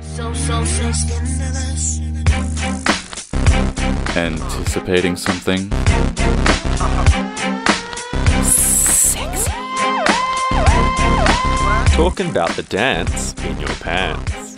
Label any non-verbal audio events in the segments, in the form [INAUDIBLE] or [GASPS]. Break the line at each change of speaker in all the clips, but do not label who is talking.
so, so, so scandalous.
Anticipating something?
Talking about the dance in your pants.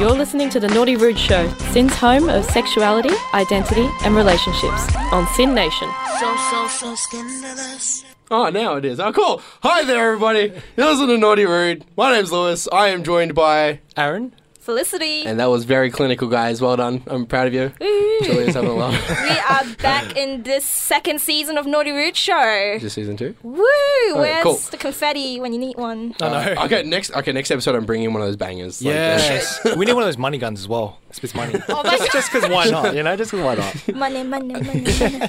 You're listening to The Naughty Rude Show, Sin's home of sexuality, identity, and relationships on Sin Nation.
So, so, so scandalous.
Oh, now it is. Oh, cool. Hi there, everybody. You're listening to Naughty Rude. My name's Lewis. I am joined by Aaron.
uh,
[LAUGHS]
Felicity.
And that was very clinical, guys. Well done. I'm proud of you. Julia's having a
[LAUGHS]
laugh.
we are back in this second season of Naughty Root Show.
Is this season two?
Woo! Where's
cool.
the confetti when you need one?
Uh, okay, next. Okay, next episode. I'm bringing one of those bangers. like, uh,
Yes. [LAUGHS] we need one of those money guns as well. Spits money. just just because why not? You know, just because why not?
Oh, [LAUGHS] Money, money, money.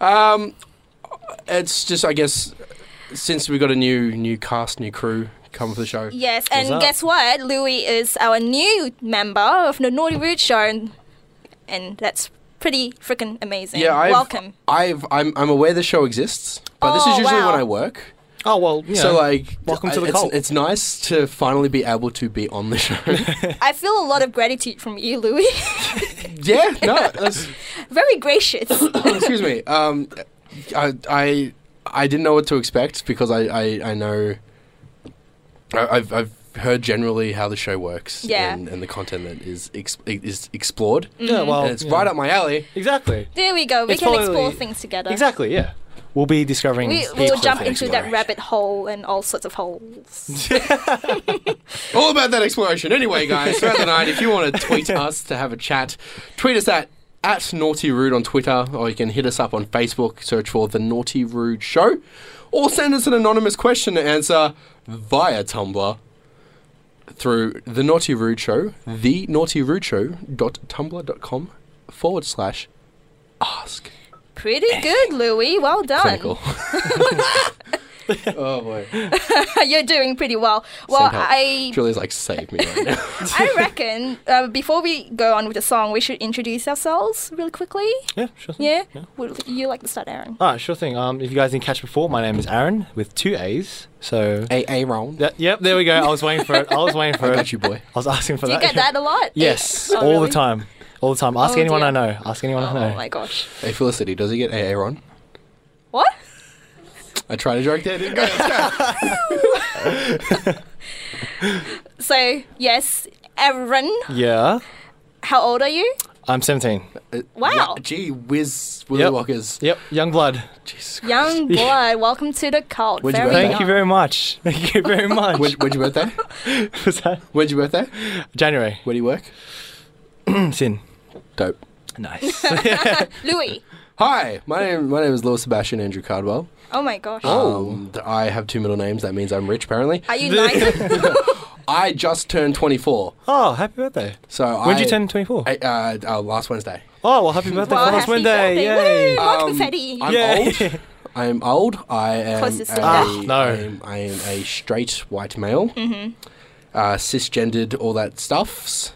money.
it's just, I guess, since we got a new new cast, new crew come for the show.
yes, and guess what? Louis is our new member of the Naughty Root Show, and, and that's pretty freaking amazing.
Yeah, I've,
Welcome.
I've I'm I'm aware the show exists, but this is
Oh,
usually
wow.
when I work.
[LAUGHS] Oh well. You
So
know,
like,
welcome to the
it's,
cult.
It's nice to finally be able to be on the
[LAUGHS]
show. [LAUGHS]
I feel a lot of gratitude from you, Louis. [LAUGHS]
yeah, no, that's,
Very gracious.
[COUGHS] excuse me. Um, I, I I didn't know what to expect because I I, I know. I, I've I've heard generally how the show works.
Yeah.
And, and the content that is ex- is explored.
Oh,
Mm-hmm.
yeah, well,
And it's
you
right
know.
up my alley.
Exactly.
there we go. We
It's
can
totally-
explore things together.
Exactly. Yeah. We'll be discovering.
We
deep
will
stuff
jump
here.
into that rabbit hole and all sorts
[LAUGHS]
of holes.
All about that exploration. Anyway, guys, throughout the night, if you want to tweet us to have a chat, tweet us at at Naughty Rude on Twitter, or you can hit us up on Facebook, search for The Naughty Rude Show, or send us an anonymous question to answer via Tumblr through The Naughty Rude Show, The Naughty Rude Show dot Tumblr dot com forward slash ask.
Pretty good, Louis. Well done.
Clinical. [LAUGHS] oh boy.
[LAUGHS] You're doing pretty well. Well,
Send help.
I
Julia's like, save me right now.
[LAUGHS] I reckon uh, before we go on with the song, we should introduce ourselves really quickly.
Yeah. Sure thing.
Yeah, would you like to start, Aaron?
All right. Sure thing. Um, if you guys didn't catch before, my name is Aaron with two A's. So.
A A round.
That, yep. There we go. I was waiting for it. I was waiting for it.
Got you, boy.
I was asking for
Do you
that.
get that a lot?
[LAUGHS] Yes.
Oh,
all
really?
the time. All the time. Ask
Oh,
anyone
dear.
I know. Ask anyone I know.
Oh my gosh.
Hey Felicity, does he get A A round?
What?
I tried a joke there. Didn't go. Let's go.
So yes, Aaron,
yeah.
how old are you?
I'm 17.
Wow,
Yeah, gee whiz, Willy
Yep. [LAUGHS]
Walkers.
Yep. Young blood.
Jesus Christ.
[LAUGHS]
young blood. Welcome to the cult.
Would you
Very
vote?
Thank
young.
you very much. [LAUGHS] Thank you
[LAUGHS]
very much.
When, when's your birthday?
[LAUGHS] was that?
When's your birthday?
January.
Where do you work?
Mm, Sin.
Dope.
[LAUGHS]
Nice.
Louis.
Hi, my name my name is Lewis Sebastian Andrew Cardwell.
Oh my gosh.
Um, th- I have two middle names. That means I'm rich, apparently.
Are
[LAUGHS]
you nice?
I just turned 24,
oh, happy birthday.
so
When
I,
did you turn 24?
I, uh, uh, last Wednesday.
oh, well, happy birthday
Well,
for last
happy
Wednesday.
birthday.
Yay. Um,
Woo, more confetti.
I'm
Yay.
old. I am old. I am
Closest
a,
to death.
Ah, no.
I am, I am a straight white male,
Mm-hmm.
uh, cisgendered, all that
[LAUGHS]
stuffs,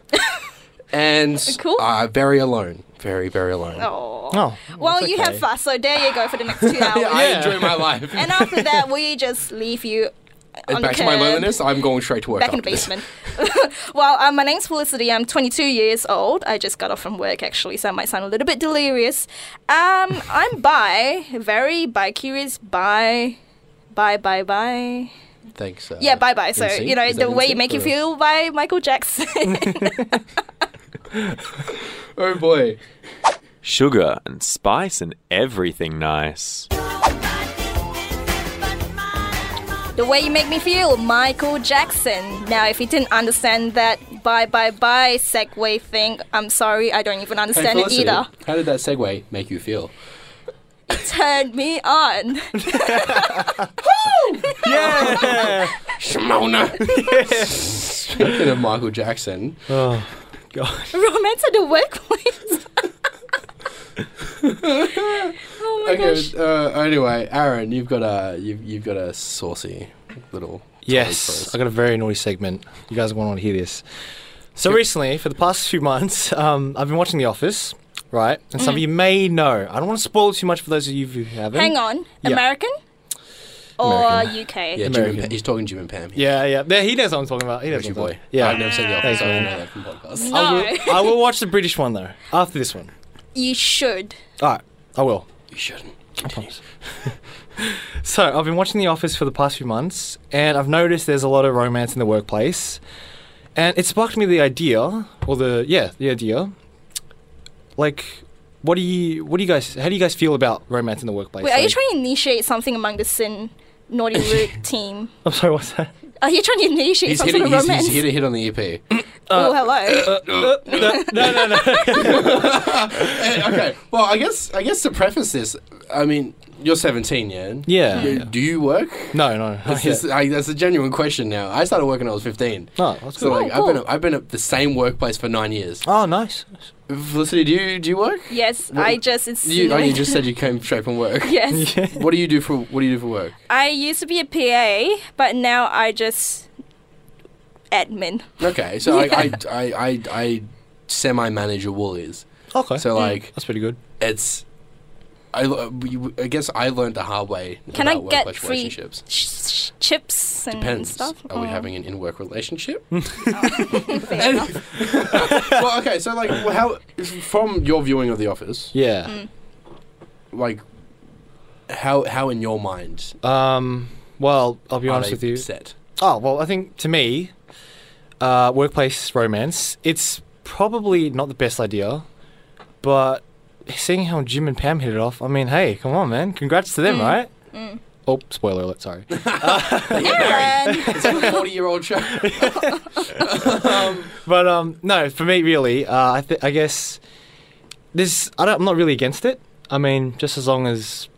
and
Cool.
uh, very alone. Very, very alone.
Oh.
[LAUGHS] Oh.
Well, you have fun, so there you go for the next
[LAUGHS]
two hours.
I enjoy my life.
[LAUGHS] And after that,
[LAUGHS]
we just leave you on
And back to
the
my
curb,
loneliness, Oh, I'm going straight to work.
Back in the
after this.
basement. [LAUGHS] well, um, my name's Felicity. I'm 22 years old. I just got off from work actually, so I might sound a little bit delirious. Um, I'm bi, very bi curious, bi, bi, bi, bi.
[LAUGHS] Thanks. Uh,
Yeah, bye bye. So
NSYNC?
you know
Is that Oh.
the way you
NSYNC
make you
or-
feel by Michael Jackson.
[LAUGHS]
[LAUGHS]
Oh boy.
Sugar and spice and everything nice.
The way you make me feel, Michael Jackson. Now, if you didn't understand that bye bye bye segue thing, I'm sorry, I don't even
Hey,
understand it
Felicity,
either. [LAUGHS]
How did that segue make you [LAUGHS] feel?
Turn
[LAUGHS]
me on.
Yeah.
Shimona. Speaking of Michael Jackson,
oh, God.
Romance at the workplace. oh my gosh.
okay. Uh, anyway, Aaron, you've got a you've, you've got a saucy little. topic for
Yes.
us.
I got a very naughty segment. You guys want to hear this. So recently, for the past few months, um, I've been watching The Office, right? And
Mm-hmm.
some of you may know. I don't want to spoil too much for those of you who haven't.
Hang on.
Yeah.
American? or
American.
UK.
Yeah, Jim and
American.
Pam- he's talking Jim and Pam. here.
Yeah, yeah. There, he knows what I'm talking about. He knows
That's your
what I'm
boy.
talking-
Yeah,
Yeah.
I've never seen The Office.
Thanks,
so I don't
man.
know that from podcasts.
I
No,
will, I will watch the British one though after this one.
you should.
All right, I will.
You shouldn't.
[LAUGHS] So I've been watching The Office for the past few months, and I've noticed there's a lot of romance in the workplace, and it sparked me the idea, or the yeah, the idea. Like, what do you, what do you guys, how do you guys feel about romance in the workplace?
Wait, are you
Like-
trying to initiate something among the Sin Naughty
[LAUGHS]
Root team?
[LAUGHS] I'm sorry, what's that?
[LAUGHS] Are you trying to initiate
He's
some
hit,
sort of
he's,
romance?
he's Uh, hit a hit on the E EP.
Uh,
oh, hello.
no, uh, no, no, no.
[LAUGHS]
[LAUGHS]
[LAUGHS]
Eh, okay. Well, I guess I guess to preface this, I mean, you're 17, yeah.
Yeah.
You- Do you work?
No, no.
That's, just- [LAUGHS] I, that's a genuine question now. I started working when I was 15.
No, that's
So
good.
like, I've been at, I've been at the same workplace for nine years.
Oh, nice.
Felicity, do you do you work?
yes,
What-
I just
You, oh, you
insinuated.
just said you came straight from
[LAUGHS]
work.
yes.
What do you do for What do you do for
[LAUGHS]
work?
I used to be a PA, but now I just admin.
Okay, so I, I I I, I semi manage a Woolies.
Okay.
Hmm.
So like,
that's pretty good.
it's. I, lo- you- I guess I learned the hard way
Can I
about
get
workplace
free-
relationships.
Sh- sh- chips and
Depends.
stuff.
Are we
Oh,
having an in-work
[LAUGHS]
relationship?
fair enough.
[LAUGHS] well, okay. So, like, well, how from your viewing of The Office,
Mm.
Yeah.
like, how how in your mind
Um. Well, I'll be
are
honest
they
with you.
set?
Oh well, I think to me, uh, workplace romance. It's probably not the best idea, but seeing how Jim and Pam hit it off, I mean, hey, come on, man, congrats to them, right? Oh, spoiler alert! Sorry. [LAUGHS]
Aaron!
It's like a forty-year-old show.
But um, no, for me, really, uh, I, th- I guess this. I don't, I'm not really against it. I mean, just as long as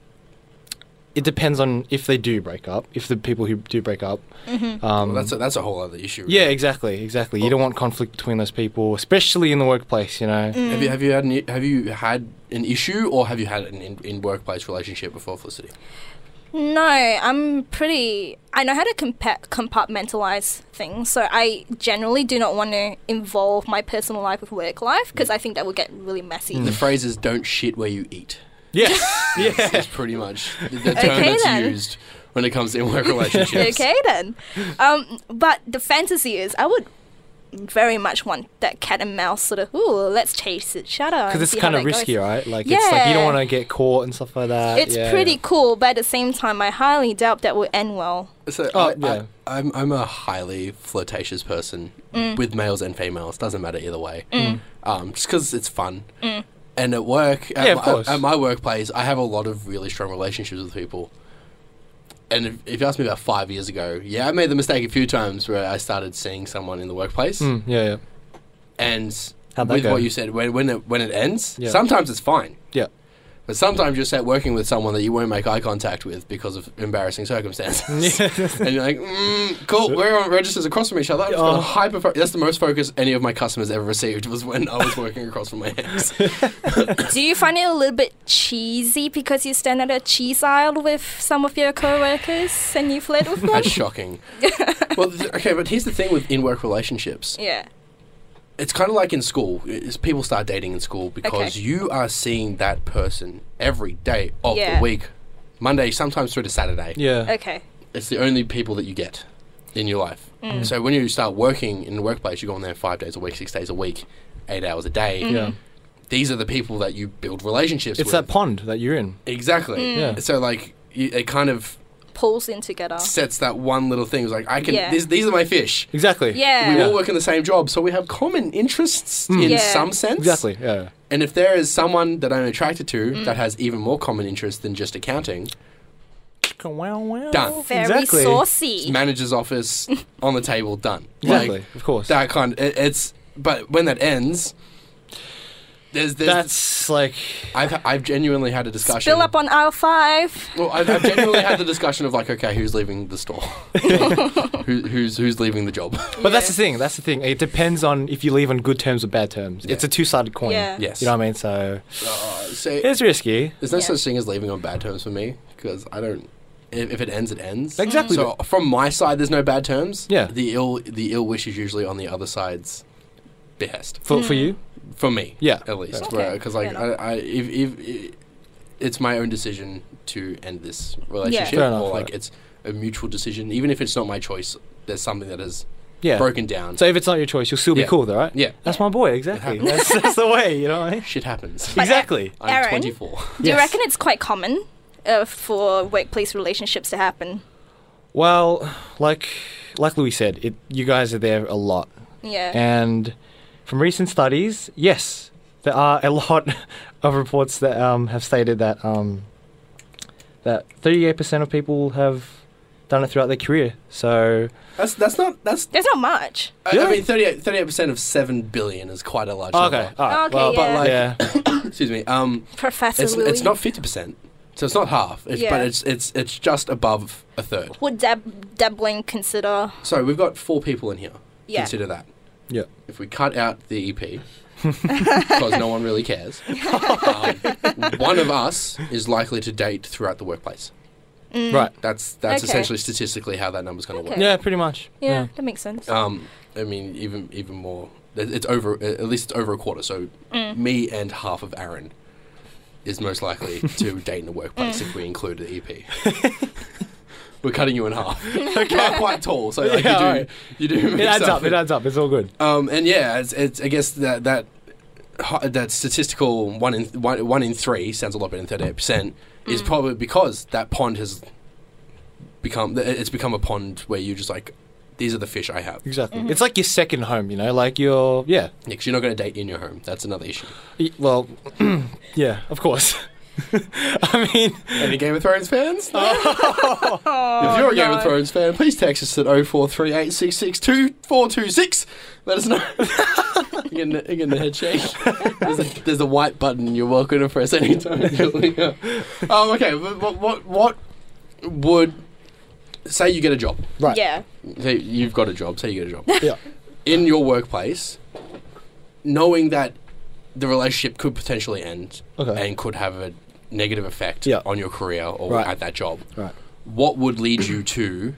it depends on if they do break up, if the people who do break up. Um,
Well, that's a, that's a whole other issue.
yeah, exactly, exactly. You don't want conflict between those people, especially in the workplace. You know.
Mm.
Have you have you had an, i- have you had an issue or have you had an in, in workplace relationship before Felicity?
[LAUGHS] No, I'm pretty. I know how to compa- compartmentalize things, so I generally do not want to involve my personal life with work life because I think that would get really messy.
Hmm.
The phrase is "don't shit where you eat."
[LAUGHS]
Yes.
Yes, it's pretty much the, the term
Okay,
that's
then.
used when it comes to
[LAUGHS]
in-work relationships.
[LAUGHS] Okay then. Um, but the fantasy is, I would very much want that cat and mouse sort of. Ooh, let's chase it. Shut up.
Because it's kind of risky, right? Like it's like you
Yeah.
don't want to get caught and stuff like that.
It's
yeah.
pretty cool, but at the same time, I highly doubt that will end well.
So
Oh,
I,
yeah.
I, I'm I'm a highly flirtatious person
Mm.
with males and females. Doesn't matter either way. Um, just because it's fun.
Mm.
And at work, at,
Yeah, of
my,
course.
at my workplace, I have a lot of really strong relationships with people. And if, if you asked me about five years ago, yeah, I made the mistake a few times where I started seeing someone in the workplace.
Mm, yeah, yeah,
And
How'd that
with
go?
what you said, when when it, when it ends,
Yeah.
sometimes it's fine.
yeah.
But sometimes you're set working with someone that you won't make eye contact with because of embarrassing circumstances. [LAUGHS] and you're like, mm, cool, we're on registers across from each other. I'm just gonna
Oh.
hyper fo- That's the most focus any of my customers ever received was when I was working across from my ex.
Do you find it a little bit cheesy because you stand at a cheese aisle with some of your coworkers and you flirt
[LAUGHS]
with them?
That's
[LAUGHS]
shocking. well, th- okay, but here's the thing with in work relationships
yeah.
it's kind of like in school. Is people start dating in school because
Okay.
you are seeing that person every day of
Yeah.
the week, Monday, sometimes through to Saturday.
Yeah.
Okay.
it's the only people that you get in your life.
Mm.
So when you start working in the workplace, you go on there five days a week, six days a week, eight hours a day.
Mm. Mm-hmm.
Yeah.
These are the people that you build relationships
It's
with.
that pond that you're in.
exactly.
Mm.
Yeah.
So like you, it kind of
Pulls in together.
sets that one little thing. It's like I can.
Oh. Yeah.
These, these are my fish.
Exactly.
Yeah.
We all work in the same job, so we have common interests in
Yeah.
some sense.
Hmm. Exactly. Yeah.
And if there is someone that I'm attracted to
Mm.
that has even more common interests than just accounting,
Wow, wow.
Done.
Very
Exactly.
saucy.
manager's
[LAUGHS]
office on the table, done.
Exactly.
Like,
of course.
that kind it, it's but when that ends there's, there's
That's like
I've, I've genuinely had a discussion
Spill up on aisle five.
well I've, I've genuinely had the discussion of like okay who's leaving the
[LAUGHS]
store Who, who's who's leaving the job
But that's the thing. That's the thing. It depends on if you leave on good terms or bad terms. It's a two-sided coin.
Yeah.
Yes.
You know what I mean? So
so
it's risky.
there's no
Yeah.
such thing as leaving on bad terms for me because I don't if, if it ends it ends
Exactly.
Mm.
so from my side there's no bad terms
Yeah.
the ill the ill wish is usually on the other side's behest
For,
Mm.
for you?
for me
Yeah.
at least
Okay,
because like
fair
I, I if, if i it's my own decision to end this relationship
Fair enough,
or like
right.
it's a mutual decision, even if it's not my choice. There's something that is
Yeah.
broken down.
So if it's not your choice, you'll still be
Yeah.
cool, though, right?
yeah,
That's my boy, exactly. That's, that's the way, you know what I mean?
shit happens.
But, uh,
Exactly.
[LAUGHS] I'm
Aaron?
24.
Do you
Yes.
reckon it's quite common uh, for workplace relationships to happen?
Well, like like Louis said, it, you guys are there a lot.
Yeah.
And from recent studies, yes, there are a [LAUGHS] lot of reports that um, have stated that um, that 38% of people have done it throughout their career. So,
That's that's not that's.
There's not much.
I- I mean, 38 percent of seven billion is quite a large
okay,
number.
all right. Ah,
okay,
well,
but,
yeah.
like-
yeah,
Excuse me. Um,
Professor
it's
Louis.
it's not 50 percent, so it's not half. It's,
Yeah.
But it's it's it's just above a third.
Would Deb Debling consider?
So we've got four people in here.
Yeah.
Consider that.
Yeah.
If we cut out the
[LAUGHS]
EP, because no one really
[LAUGHS]
cares, um, one of us is likely to date throughout the workplace.
right.
That's that's
Okay.
essentially statistically how that number's going to
Okay.
Yeah, pretty much.
Yeah, that makes sense.
work. Um, I mean, even even more. it- It's over. At least it's over a quarter. So
Mm.
me and half of Aaron is most likely
[LAUGHS]
to date in the workplace if we
Mm.
include the EP. We're cutting you in
[LAUGHS]
half. okay. You're quite tall, so like,
Yeah,
you do
alright.
you do.
It
mix
adds up. It adds up. It's all good.
Um, and yeah, it's, it's, I guess that that ho- that statistical one in one, one in three sounds a lot better than thirty eight percent is probably because that pond has become th- it's become a pond where you're just like these are the fish I have.
Exactly. It's like your second home, you know, like your yeah.
Because you're not going to date in your home. That's another issue.
Y- Well, [CLEARS THROAT] yeah, of course. [LAUGHS] I mean,
Any Game of Thrones fans? if you're a Game of Thrones fan, please text us at 0438662426. Let us know. [LAUGHS] you're, getting the, you're getting the head shake. There's a, there's a white button you're welcome to press anytime. Julia. um, okay, but what, what, what would... Say you get a job.
right.
Yeah.
Say you've got a job. Say you get a job.
Yeah.
In your workplace, knowing that the relationship could potentially end
Okay.
and could have a negative effect
Yeah.
on your career or
Right.
at that job,
Right.
what would lead you to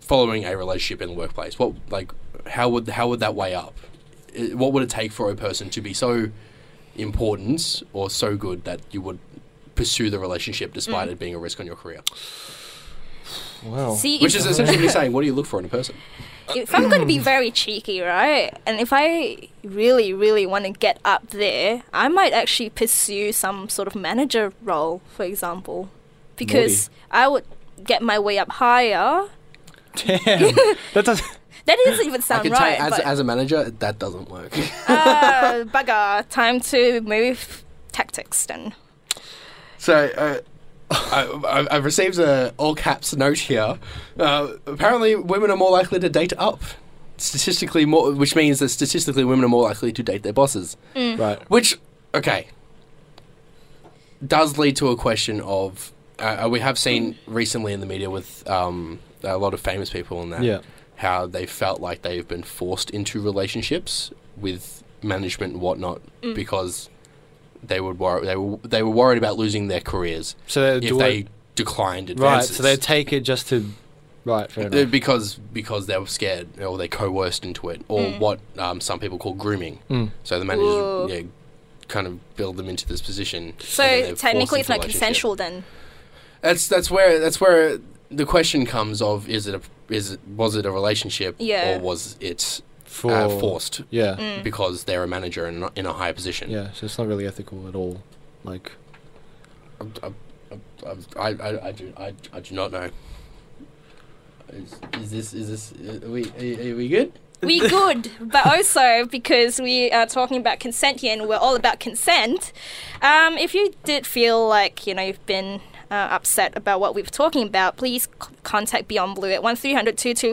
following a relationship in the workplace? What like how would how would that weigh up? I- What would it take for a person to be so important or so good that you would pursue the relationship
Mm.
despite it being a risk on your career?
Wow.
See,
Which
if-
is essentially saying, what do you look for in a person?
[LAUGHS] if I'm going to be very cheeky, right? And if I really, really want to get up there, I might actually pursue some sort of manager role, for example, because I would get my way up higher.
Damn.
[LAUGHS]
that does.
That doesn't even
I
sound
can
right.
tell you, as,
but,
as a manager, that doesn't work. [LAUGHS]
uh, bugger, time to move tactics then.
So uh, I, I, I've received a all caps note here. Uh, apparently, women are more likely to date up. Statistically, more, which means that statistically, women are more likely to date their bosses.
Mm.
Right.
Which, okay, does lead to a question of uh, we have seen recently in the media with um, a lot of famous people and that
Yeah.
how they felt like they've been forced into relationships with management and whatnot because they would wor- they were they were worried about losing their careers
So they
if
do
they
it,
declined
right.
advances.
So they take it just to right. Fair
Uh,
enough.
because because they were scared or they coerced into it or what um, some people call grooming.
Mm.
So the managers
Hmm. Ooh.
yeah, kind of build them into this position. and then they're
So
forced
technically, it's
into
not
relationship.
consensual then.
That's that's where that's where the question comes of is it a is it, was it a relationship
Yeah. Hmm.
or was it
For
uh, forced
Yeah.
Mm.
because they're a manager and not in a high position.
Yeah. So it's not really ethical at all. Like.
I, I, I, I do I, I do not know. Is, is this is this are we are, are we good?
we good, but also because we are talking about consent here and we're all about consent. Um, if you did feel like you know you've been uh, upset about what we've talking about, please c- contact Beyond Blue at one 636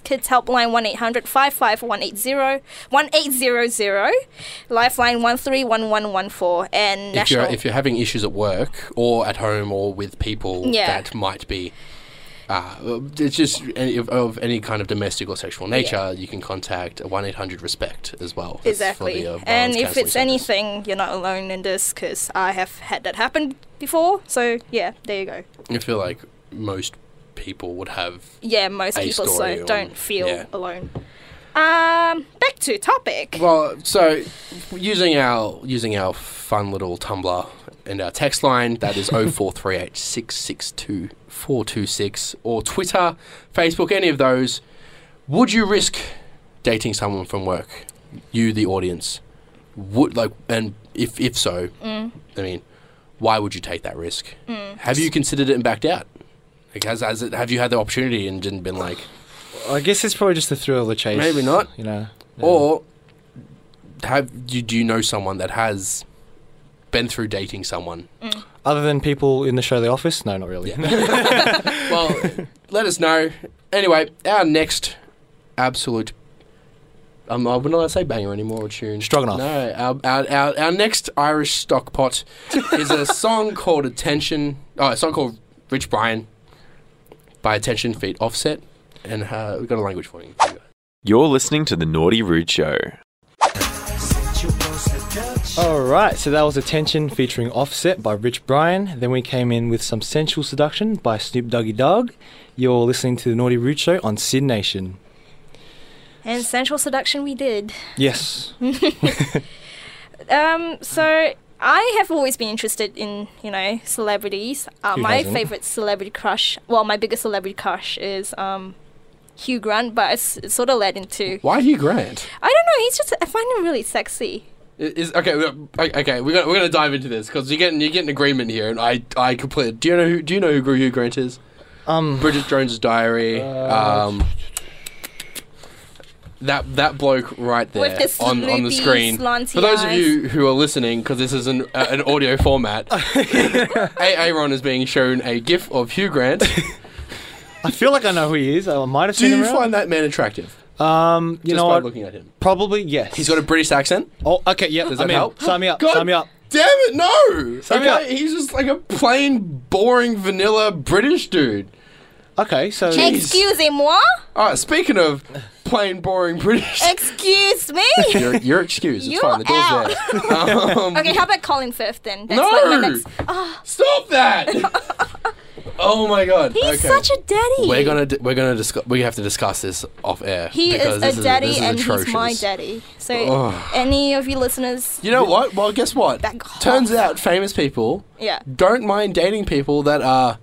Kids Helpline one 800 55180 1800 Lifeline one three one one one four and
If you're
National.
if you're having issues at work or at home or with people
Yeah.
that might be. Uh, it's just any, of, of any kind of domestic or sexual nature. You can contact one eight hundred respect as well. That's for
Exactly.
the, uh,
and
violence
if
counselling
it's
service.
anything, you're not alone in this because I have had that happen before. So, yeah, there you go.
I feel like most people would have
yeah, most
a
people
story
so
on-
don't feel
yeah.
alone. Um, back to topic.
Well, so using our using our fun little Tumblr and our text line that is 0438 662 426 or Twitter, Facebook, any of those. Would you risk dating someone from work? You, the audience, would like, and if if so, I mean, why would you take that risk? Have you considered it and backed out? Like, has, has it, have you had the opportunity and didn't been like,
I guess it's probably just the thrill of the chase.
Maybe not.
You know. Yeah.
Or have do, do you know someone that has been through dating someone?
other than people in the show The Office, no, not really.
[LAUGHS] Well, [LAUGHS] let us know. Anyway, our next absolute. Um, I wouldn't allowed to say banger anymore or tune.
Stroganoff.
No, our, our, our, our next Irish stock pot is a song called Attention. Oh, a song called Rich Brian by Attention Feet Offset. And uh, we've got a language for you.
You're listening to The Naughty Rude Show.
All right, so that was Attention featuring Offset by Rich Brian. Then we came in with some Sensual Seduction by Snoop Doggy Dogg. You're listening to the Naughty Root Show on Sin Nation.
And sensual seduction we did.
Yes.
Um, so I have always been interested in you know celebrities. Uh,
Who
my
hasn't?
favorite celebrity crush, well, my biggest celebrity crush is um, Hugh Grant, but it's, it sort of led into
Why Hugh Grant?
I don't know. He's just I find him really sexy.
Is okay. we- Okay, we're gonna, we're gonna dive into this because you're getting you're getting agreement here, and I I completely. Do you know who Do you know who Hugh Grant is?
Um,
Bridget Jones's Diary.
Uh,
um, that that bloke right there
With this
on on the
loopy,
screen.
slanty
For those of
eyes.
you who are listening, because this is an uh, an audio format, A- Aaron is being shown a GIF of Hugh Grant.
I feel like I know who he is. I might have
Do
seen
you
him. around.
find that man attractive?
um, you
just
know
by
what?
looking at him,
Probably yes.
he's got a British accent.
Oh, okay. Yeah.
Does
I'm
that
in.
help?
Sign me up.
God
Sign me up.
Damn it, no!
Sign me
okay,
up.
he's just like a plain, boring, vanilla British dude.
Okay. So
Jeez.
Excusez-moi.
All right, speaking of plain, boring British,
Excuse me.
[LAUGHS] you're, you're excused. It's
You
fine. The door's there. Um,
[LAUGHS] okay, how about Colin Firth then? That's
no!
like my next. Ah.
Stop
[LAUGHS]
that! oh my god.
He's
okay.
such a daddy.
We're gonna d- we're gonna discuss we have to discuss this off air.
He
because
is
this
a daddy
this is
and he's my
atrocious.
daddy. So
Ugh.
any of you listeners,
You know what? Well, guess what?
That
Turns
hot.
out famous people
yeah.
don't mind dating people that are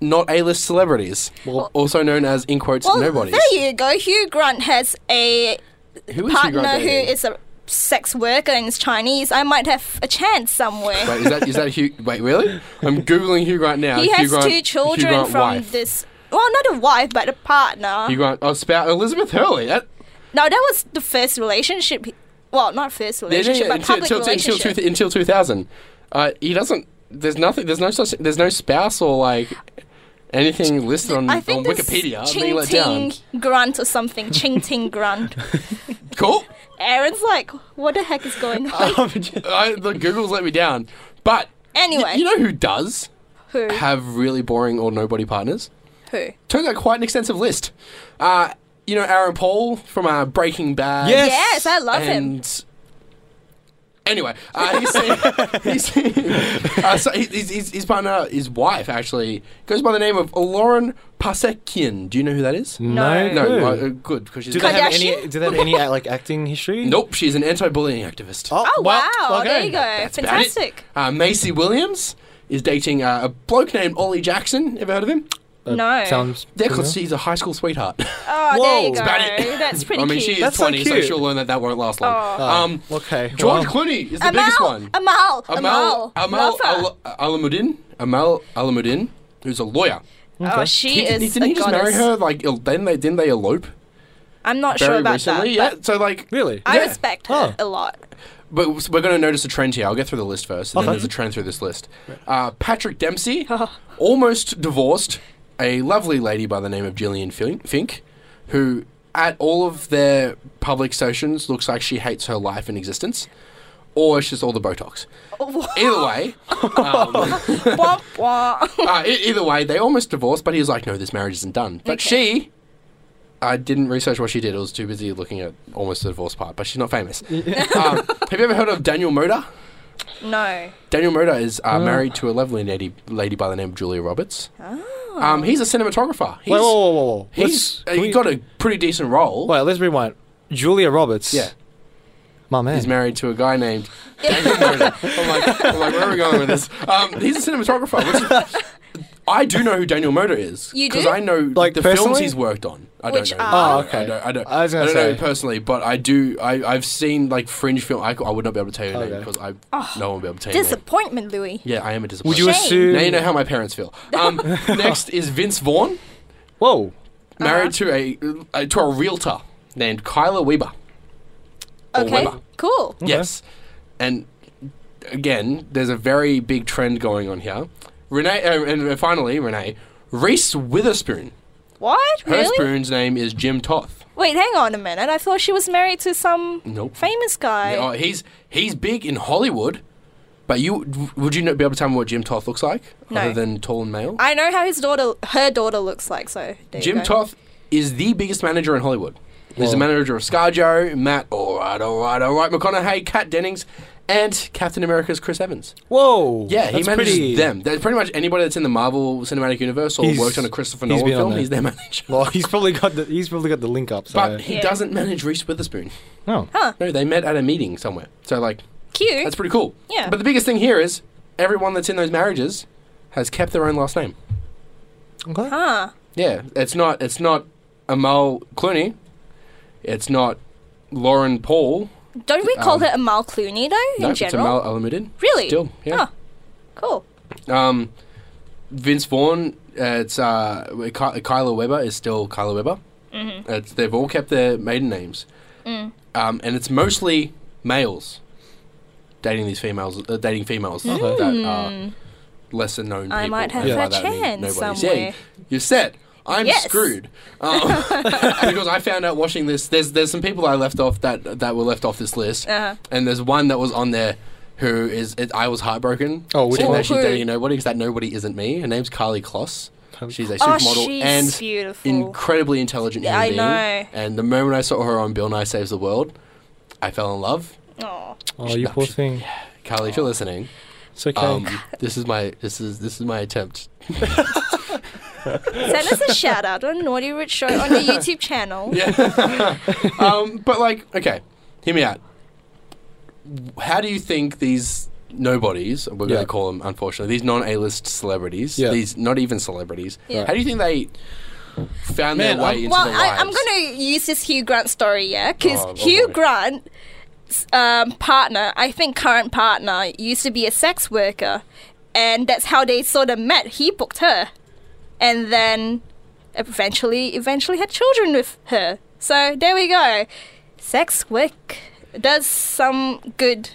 not A-list celebrities,
Well-
also known as in quotes
Well,
nobodies.
there you go. Hugh Grant has a
Who is Hugh Grant
partner who
dating?
is a sex worker and is Chinese. I might have a chance somewhere.
Wait, is that is that Hugh? Wait, really? I'm googling Hugh Grant now.
he
uh, Hugh
has
Grant,
two
Hugh
children
Grant
from
wife.
this. Well, not a wife, but a partner.
Hugh Grant, oh, spouse Elizabeth Hurley. That,
no, that was the first relationship. he- Well, not first
Yeah, yeah,
relationship,
yeah,
but
until,
public
until, until,
relationship.
two- until 2000. Uh, he doesn't. There's nothing. There's no such. There's no spouse or like anything listed on,
I
on
think this
Wikipedia. I'm being
Ching
let down.
Ting Grant or something. Ching
[LAUGHS]
Ting Grant.
Cool.
Aaron's like, what the heck is going on?
Um, I, the Google's let me down. But y-
anyway,
you know who does
who?
have really boring or nobody partners?
who?
Turns out quite an extensive list. Uh, you know Aaron Paul from uh, Breaking Bad.
Yes.
Yes, I love him.
and anyway, uh, he's seen, he's [LAUGHS] seen, uh, so his, his- his, his partner, his wife actually goes by the name of Lauren Pasekian. Do you know who that is?
no.
No,
clue.
uh, good because she's
do they have
Kardashian?
any? Do they have any uh, like acting history?
nope. She's an anti-bullying activist.
Oh,
Oh,
well,
wow.
okay.
There you go.
about it.
Fantastic.
Uh, Macy Williams is dating uh, a bloke named Ollie Jackson. Ever heard of him?
That
No.
Uh, Sounds.
Yeah, 'cause
familiar.
she's a high school
[LAUGHS]
sweetheart.
Oh, there you
Whoa.
go.
about it.
That's pretty
I mean,
cute.
she is
That's so
20, so,
cute.
she'll learn that that won't last long.
Oh.
Ah,
Um,
okay.
George
well,
Clooney is the
Amal,
biggest one.
Amal,
Amal
Amal,
Amal
love her.
Al- Alamuddin, Amal Alamuddin, who's a lawyer.
Oh, she
He-
is
didn't
a
he just
goddess.
marry her? Like el- then they didn't they elope
I'm not
very
sure about
recently?
that.
yeah. So like,
really?
but I
Yeah.
respect
Oh.
her
[LAUGHS]
a lot.
but s- we're going to notice a trend here. I'll get through the list first. And then
Okay.
there's a trend through this list. Uh, Patrick Dempsey, almost divorced, a lovely lady by the name of Gillian Fin- Fink, who at all of their public sessions looks like she hates her life and existence, or it's just all the Botox. Either way. um,
Womp womp. [LAUGHS]
uh, e- either way, they almost divorced, but he was like, no, this marriage isn't done. But she, I didn't research what she did. I was too busy looking at almost the divorce part, but she's not famous. um, have you ever heard of Daniel Moda?
No.
Daniel Moda is
Ah.
uh, married to a lovely lady, lady by the name of Julia Roberts. Um, he's a cinematographer. He's,
Oh. Wait, whoa, whoa, whoa, whoa.
he's uh,
Let's- can
he
we-
got a pretty decent role.
Wait, let's rewind. Julia Roberts.
Yeah.
My man.
He's married to a guy
[LAUGHS]
named David Murdoch. I'm like, I'm like, where are we going with this? Um, he's a cinematographer. Which,
[LAUGHS]
I do know who Daniel Murdo is.
You
Because
do?
I know
Like,
the films
personally?
he's worked on. I
Which
don't know.
are-
Oh,
I don't know.
okay.
I don't, I don't,
I was gonna
I don't know
say.
personally, but I do. I, I've seen like fringe film. I, I would not be able to tell you the name
Okay. Oh.
because I no one will be able to tell you. the name.
Disappointment, Louis.
Yeah, I am a disappointment.
Would you
Shame.
assume?
now you know how my parents feel.
[LAUGHS]
Um, next is Vince Vaughn,
Whoa.
married
Uh-huh.
to a, a to a realtor named Kyla Weber. Or
Okay,
Weber.
cool.
Yes. And again, there's a very big trend going on here. Renee, uh, and uh, finally, Renee, Reese Witherspoon.
What?
Her
Really?
spoon's name is Jim Toth.
Wait, hang on a minute. I thought she was married to some
Nope.
famous guy.
Oh, he's he's big in Hollywood, but you would you not be able to tell me what Jim Toth looks like
No.
other than tall and male?
I know how his daughter, her daughter, looks like. So there you
Jim
go.
Toth is the biggest manager in Hollywood. He's the
Whoa.
manager of ScarJo, Matt, all right, all right, all right, McConaughey, Kat Dennings, and Captain America's Chris Evans.
Whoa.
Yeah, he
That's
manages
pretty-
them. There's pretty much anybody that's in the Marvel Cinematic Universe or
He's-
worked on a Christopher
he's
Nolan
been on
film,
there.
he's their [LAUGHS] manager.
Well, [LAUGHS] he's probably got the he's probably got the link up. So. Oh,
But he
Yeah.
doesn't manage Reese Witherspoon.
no.
No, they met at a meeting somewhere. So like,
Cute.
that's pretty cool.
Yeah.
But the biggest thing here is everyone that's in those marriages has kept their own last name.
Okay.
huh.
Yeah, it's not it's not Amal Clooney, it's not Lauren Paul.
Don't we call
Um,
her Amal Clooney though?
no,
in
it's
general.
Amal Alamuddin.
Really?
Still, yeah.
Huh. Cool.
Um, Vince Vaughn, uh, it's uh, Ky- Kyla Weber is still Kyla Weber.
Mm-hmm.
It's, they've all kept their maiden names,
Mm.
um, and it's mostly males dating these females, uh, dating females that are lesser known.
Hmm. I
people.
might have
And by
a
that I mean
chance
nobody's-
somewhere.
Yeah, you're set. I'm
Yes.
screwed um, [LAUGHS] because I found out watching this. There's there's some people I left off that that were left off this list,
Uh-huh.
and there's one that was on there who is it, I was heartbroken.
Oh, which
seeing
one?
that she's
Who?
dating nobody because that nobody isn't me. Her name's Carly Kloss. She's a
Oh,
supermodel
she's
and
beautiful.
incredibly intelligent
Yeah,
human
I
being.
know.
And the moment I saw her on Bill Nye Saves the World, I fell in love.
Aw.
Oh, you poor thing.
Carly, if you're listening,
It's okay. Uh,
um, this is my this is this is my attempt.
Send us a shout out on Naughty Rich Show
[LAUGHS]
on your YouTube channel.
[LAUGHS]
Um, but like, okay, hear me out. How do you think these nobodies, we're going
Yeah.
to call them, unfortunately, these non-A-list celebrities,
Yeah.
these not even celebrities,
Yeah.
how do you think they found
Man,
their way
I'm-
into
well,
the
I,
lives?
I'm going to use this Hugh Grant story, yeah, because
Oh, oh
Hugh
boy.
Grant's um, partner, I think current partner, used to be a sex worker, and that's how they sort of met. He booked her, and then eventually, eventually had children with her. So there we go. Sex work does some
[LAUGHS]
good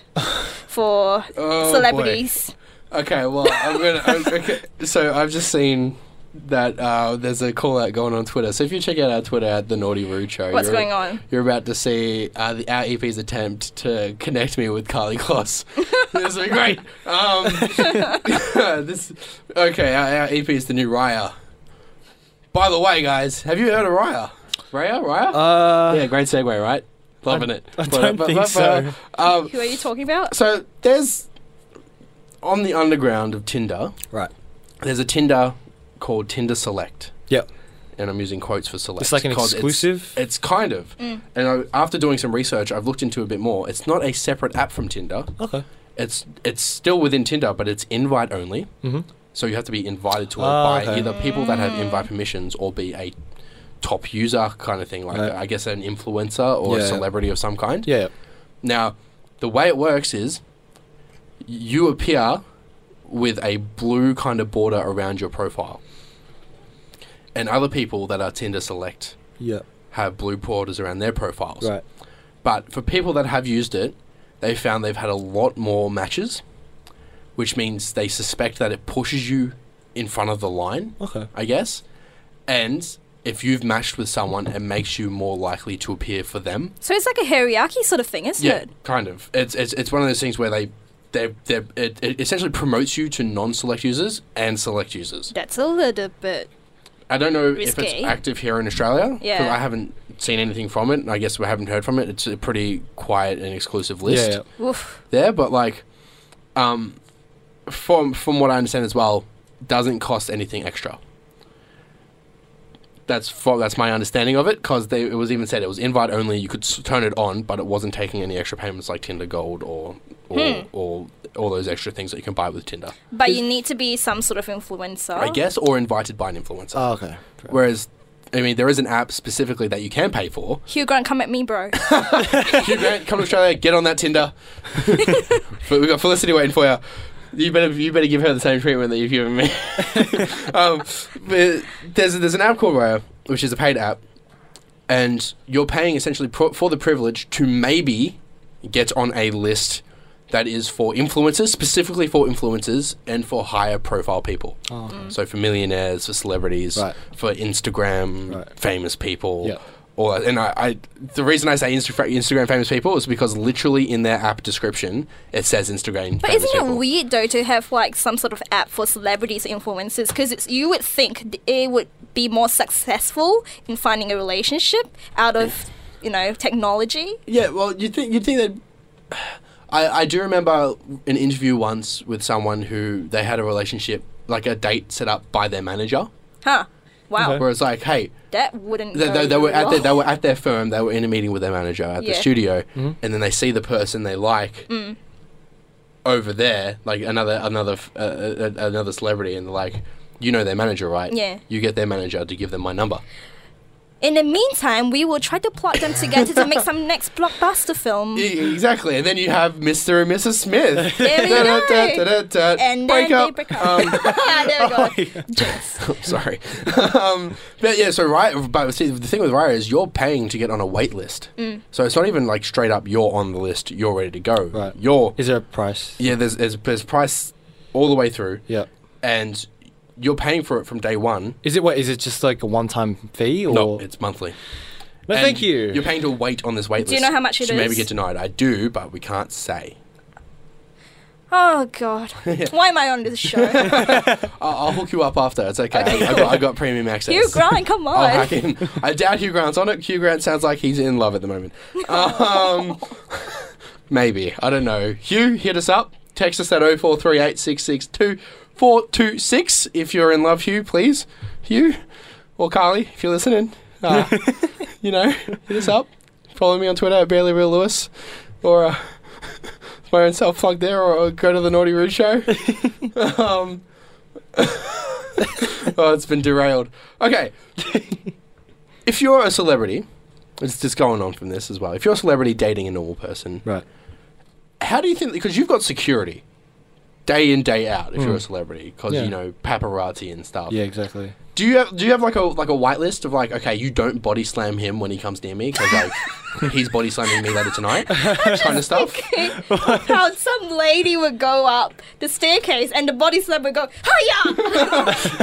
for
Oh, boy.
celebrities.
Okay, well, I'm gonna. I'm, okay, so I've just seen that uh, there's a call out going on Twitter. So if you check out our Twitter at the Naughty Rude Show,
What's
you're-
going on?
You're about to see uh, the, our EP's attempt to connect me with Carly Kloss. [LAUGHS] this will be great. Um, [LAUGHS] this okay. Our, our EP is the new Raya. By the way, guys, have you heard of Raya? Raya, Raya.
uh,
yeah, great segue, right? Loving it.
I don't think so.
Um,
Who are you talking about?
so there's on the underground of Tinder.
Right.
There's a Tinder called Tinder Select,
Yep.
and I'm using quotes for select.
It's like an
'cause it's-
exclusive?
It's, kind of. And I, after doing some research, I've looked into it a bit more. It's not a separate app from Tinder.
Okay.
It's it's still within Tinder, but it's invite only.
Mm-hmm.
So you have to be invited to it
Ah,
by
okay.
either people that have invite permissions or be a top user kind of thing, like
Right.
I guess an influencer or
Yeah,
a
yeah.
celebrity of some kind.
Yeah.
Now, the way it works is you appear with a blue kind of border around your profile. And other people that are Tinder Select
Yeah.
have blue borders around their profiles.
Right.
But for people that have used it, they found they've had a lot more matches, which means they suspect that it pushes you in front of the line,
Okay.
I guess. And if you've matched with someone, it makes you more likely to appear for them.
So it's like a hierarchy sort of thing, isn't it?
Kind of. It's it's, it's one of those things where they they they it, it essentially promotes you to non-select users and select users.
That's a little bit.
I don't know if
Risky.
it's active here in Australia. 'cause
Yeah.
I haven't seen anything from it. and I guess we haven't heard from it. It's a pretty quiet and exclusive list
Yeah.
Oof.
there, but like, um, from from what I understand as well, doesn't cost anything extra. That's fo- that's my understanding of it because it was even said it was invite only. You could s- turn it on, but it wasn't taking any extra payments like Tinder Gold or or,
Hmm.
or all those extra things that you can buy with Tinder.
But you need to be some sort of influencer.
I guess or invited by an influencer.
Oh, okay.
Whereas, I mean, there is an app specifically that you can pay for.
Hugh Grant, come at me, [LAUGHS] bro.
Hugh Grant, come to Australia, get on that Tinder. but we got Felicity waiting for you. You better, you better give her the same treatment that you've given me. um, but there's there's an app called Raya, which is a paid app, and you're paying essentially pro- for the privilege to maybe get on a list that is for influencers, specifically for influencers and for higher profile people.
Oh, Mm.
So for millionaires, for celebrities,
Right.
for Instagram
Right.
famous people.
Yeah.
Or, and I, I, the reason I say Insta- Instagram famous people is because literally in their app description it says Instagram.
But
famous
isn't
people.
it weird though to have like some sort of app for celebrities influencers? Because you would think th- it would be more successful in finding a relationship out of you know technology.
Yeah, well, you think you think that. I, I do remember an interview once with someone who they had a relationship, like a date set up by their manager,
Huh? Wow,
where it's like, hey,
that wouldn't.
they,
go
they, they were at their, they
well.
were at their firm, they were in a meeting with their manager at the
Yeah. Mm.
studio, and then they see the person they like over there, like another another f- uh, uh, uh, another celebrity, and they're like, you know their manager, right?
Yeah.
You get their manager to give them my number.
In the meantime, we will try to plot them together to make [LAUGHS] some next blockbuster film.
E- Exactly, and then you have Mr. and Mrs. Smith.
[LAUGHS] There we go.
Da-da-da-da-da.
And
break
then
up. Um,
they break up. [LAUGHS] Oh, yeah, there we go.
[LAUGHS] Sorry, um, but yeah. So right, but see, the thing with Raya is you're paying to get on a wait list,
Mm.
so it's not even like straight up you're on the list. You're ready to go.
Right.
You're
Is there a price?
yeah. There's there's, there's price all the way through,
Yep.
and you're paying for it from day one.
Is it what? Is it just like a one-time fee or?
No, it's monthly.
No,
And
thank you.
You're paying to wait on this wait list.
you know how much
it
it
is? to Maybe
is?
get denied. I do, but we can't say.
Oh god, [LAUGHS] why am I on this [LAUGHS] show?
I'll, I'll hook you up after. It's okay.
Okay,
I, I,
cool.
got, I got premium access.
Hugh Grant, come
I'll
on.
hack in. Oh, I doubt Hugh Grant's on it. Hugh Grant sounds like he's in love at the moment. Um, [LAUGHS] maybe. I don't know. Hugh, hit us up. Text us at 0438662426 if you're in love, Hugh, please. Hugh or Carly, if you're listening. Uh, you know, hit us up. Follow me on Twitter at Barely Real Lewis or uh, [LAUGHS] my own self plug there or, or go to the Naughty Rude
[LAUGHS]
Show. um, [LAUGHS] oh, it's been derailed. Okay. if you're a celebrity, it's just going on from this as well. If you're a celebrity dating a normal person,
Right.
how do you think? Because you've got security day in day out if you're a celebrity, because
Mm. Yeah.
you know paparazzi and stuff.
Yeah, exactly.
Do you have do you have like a like a whitelist of like okay, you don't body slam him when he comes near me because like
[LAUGHS]
he's body slamming me later tonight, kind of stuff.
how some lady would go up the staircase and the body slam would go,
[LAUGHS]
hiya!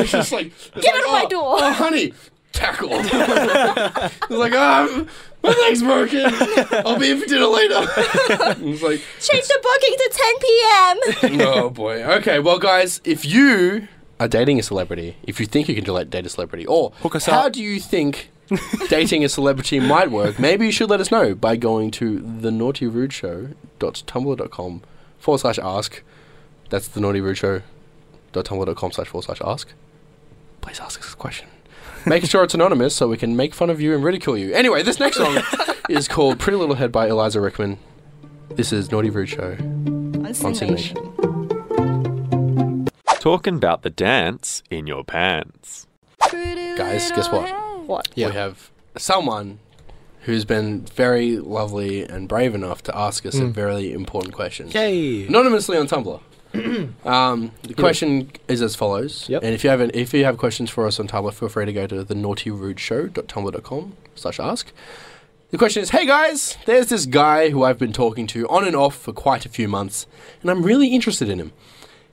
It's just like it's
Get
like,
out of my
"Oh,
door."
oh, honey, tackle. [LAUGHS] it's like um, my leg's broken. I'll be in for dinner later. [LAUGHS] it's like
Change the booking to 10 p.m.
[LAUGHS] oh boy. Okay, well guys, if you are dating a celebrity, if you think you can date date a celebrity, or
Hook us
how
up.
do you think [LAUGHS] dating a celebrity might work? Maybe you should let us know by going to the naughty rude show.tumblr.com forward slash ask. That's the naughty rude show.tumblr.com slash forward slash ask. Please ask us a question. Make sure it's anonymous so we can make fun of you and ridicule you. Anyway, this next
[LAUGHS]
song is called Pretty Little Head by Eliza Rickman. This is Naughty Rude Show
On
on
Sin
Sin
Nation.
Nation.
Talking about the dance in your pants.
Guys, guess what?
What?
We have someone who's been very lovely and brave enough to ask us a very important question.
Yay.
Anonymously on Tumblr. um, the question is as follows.
Yep.
And if you have an, if you have questions for us on Tumblr, feel free to go to the naughtyrudeshow.tumblr.com slash ask. The question is, hey guys, there's this guy who I've been talking to on and off for quite a few months, and I'm really interested in him.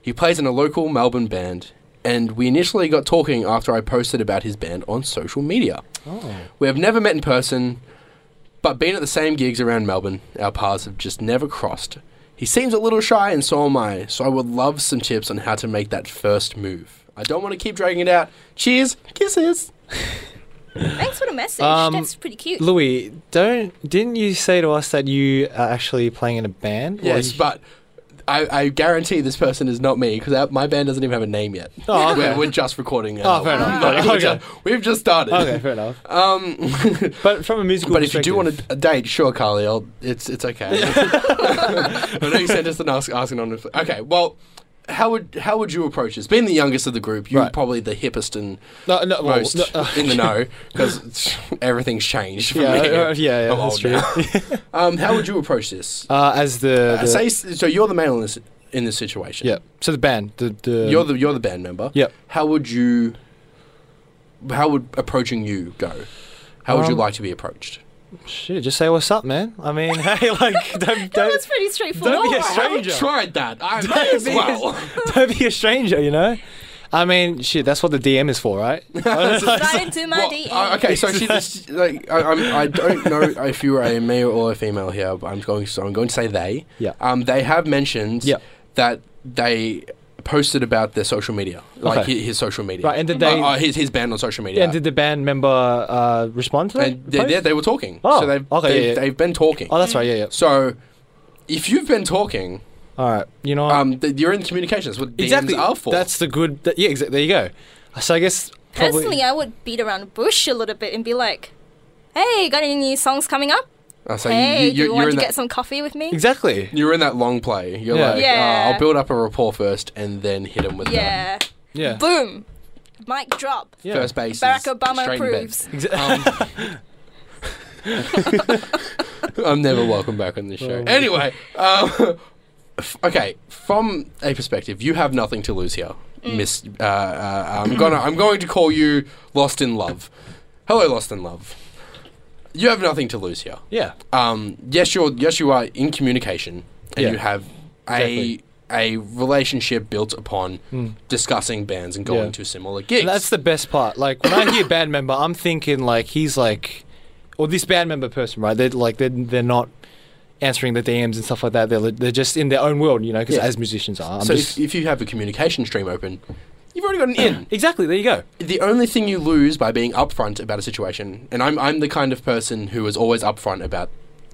He plays in a local Melbourne band, and we initially got talking after I posted about his band on social media. We have never met in person, but been at the same gigs around Melbourne. Our paths have just never crossed. He seems a little shy, and so am I, so I would love some tips on how to make that first move. I don't want to keep dragging it out. Cheers, kisses.
Thanks for the message.
Um,
That's pretty cute.
Louis, don't didn't you say to us that you are actually playing in a band? Or
Yes,
you-
but I, I guarantee this person is not me because my band doesn't even have a name yet.
Oh, okay.
We're, we're just recording.
Oh, fair enough.
Like,
Okay.
we're ju- [LAUGHS] we've just started.
okay, fair enough.
Um, [LAUGHS]
But from a musical
but if you do want
perspective-
a, a date, sure, Carly, I'll, it's it's
[LAUGHS]
okay. [LAUGHS] I know you sent us an ask asking on. Okay, well, how would how would you approach this? Being the youngest of the group, you're
Right.
probably the hippest and
no, no, well,
most
no, uh,
in the
[LAUGHS]
know because everything's changed. For
yeah,
me.
uh, yeah, yeah,
I'm
that's
old
true.
now. um, how would you approach this?
[LAUGHS] Uh, as the,
Uh,
the
say s- so you're the male in this, in this situation.
yeah, so the band, the, the
You're the you're the band member.
Yep.
How would you how would approaching you go? How would you
Um,
like to be approached?
shit. Just say what's up, man. I mean, [LAUGHS] hey, like don't
That was
don't,
pretty straightforward.
don't be a
alright.
stranger. [LAUGHS]
Tried that. I may as well.
don't be a stranger, you know. I mean, shit. That's what the DM is for,
[LAUGHS]
right?
Slide into my
Well,
DM.
uh, okay, so she
[LAUGHS]
just like I, I'm, I don't know if you are a male or a female here. But I'm going so I'm going to say they.
Yeah.
Um, they have mentioned
Yeah.
that they posted about their social media, like
Okay.
his, his social media,
Right, and did they-
uh, uh, his his band on social media,
And did the band member uh, respond to that?
And they, they,
post?
they were talking.
Oh,
so they've,
okay,
they've,
yeah, yeah.
they've been talking.
oh, that's right. Yeah, yeah.
So, if you've been talking,
All right. You know what?
um, th- you're in communications. That's what DMs
Oh. exactly.
are for.
That's the good. That, yeah, exactly. There you go. So I guess probably.
Personally, I would beat around the bush a little bit and be like, "Hey, got any new songs coming up?
Uh, so
hey,
you, you,
do you
you're
want
in
to
that,
get some coffee with me?" [LAUGHS]
exactly.
You're in that long play. You're
Yeah.
like,
Yeah.
"Oh, I'll build up a rapport first and then hit him with that.
Yeah.
Yeah.
Boom. Mic drop.
yeah.
First base.
Barack
is
Obama
straight in bed. Um,
approves.
I'm never welcome back on this
Oh.
show. Anyway, um, [LAUGHS] f- okay. From a perspective, you have nothing to lose here,
Mm.
Miss. Uh, uh, I'm gonna. I'm going to call you Lost in Love. Hello, Lost in Love. You have nothing to lose here.
[LAUGHS] Yeah.
um, yes, you're yes you are in communication, and
Yeah.
you have
Exactly.
a a relationship built upon discussing bands and going
Yeah.
to similar gigs.
And Hmm. that's the best part. Like when I hear band member, I'm thinking like he's like, or this band member person, right? They're like they're they're not answering the DMs and stuff like that. They're li- they're just in their own world, you know. Because
Yeah.
as musicians are, I'm
so
just,
if, if you have a communication stream open, you've already got an
[CLEARS THROAT]
in.
[COUGHS] exactly. There you go.
the only thing you lose by being upfront about a situation, and I'm I'm the kind of person who is always upfront about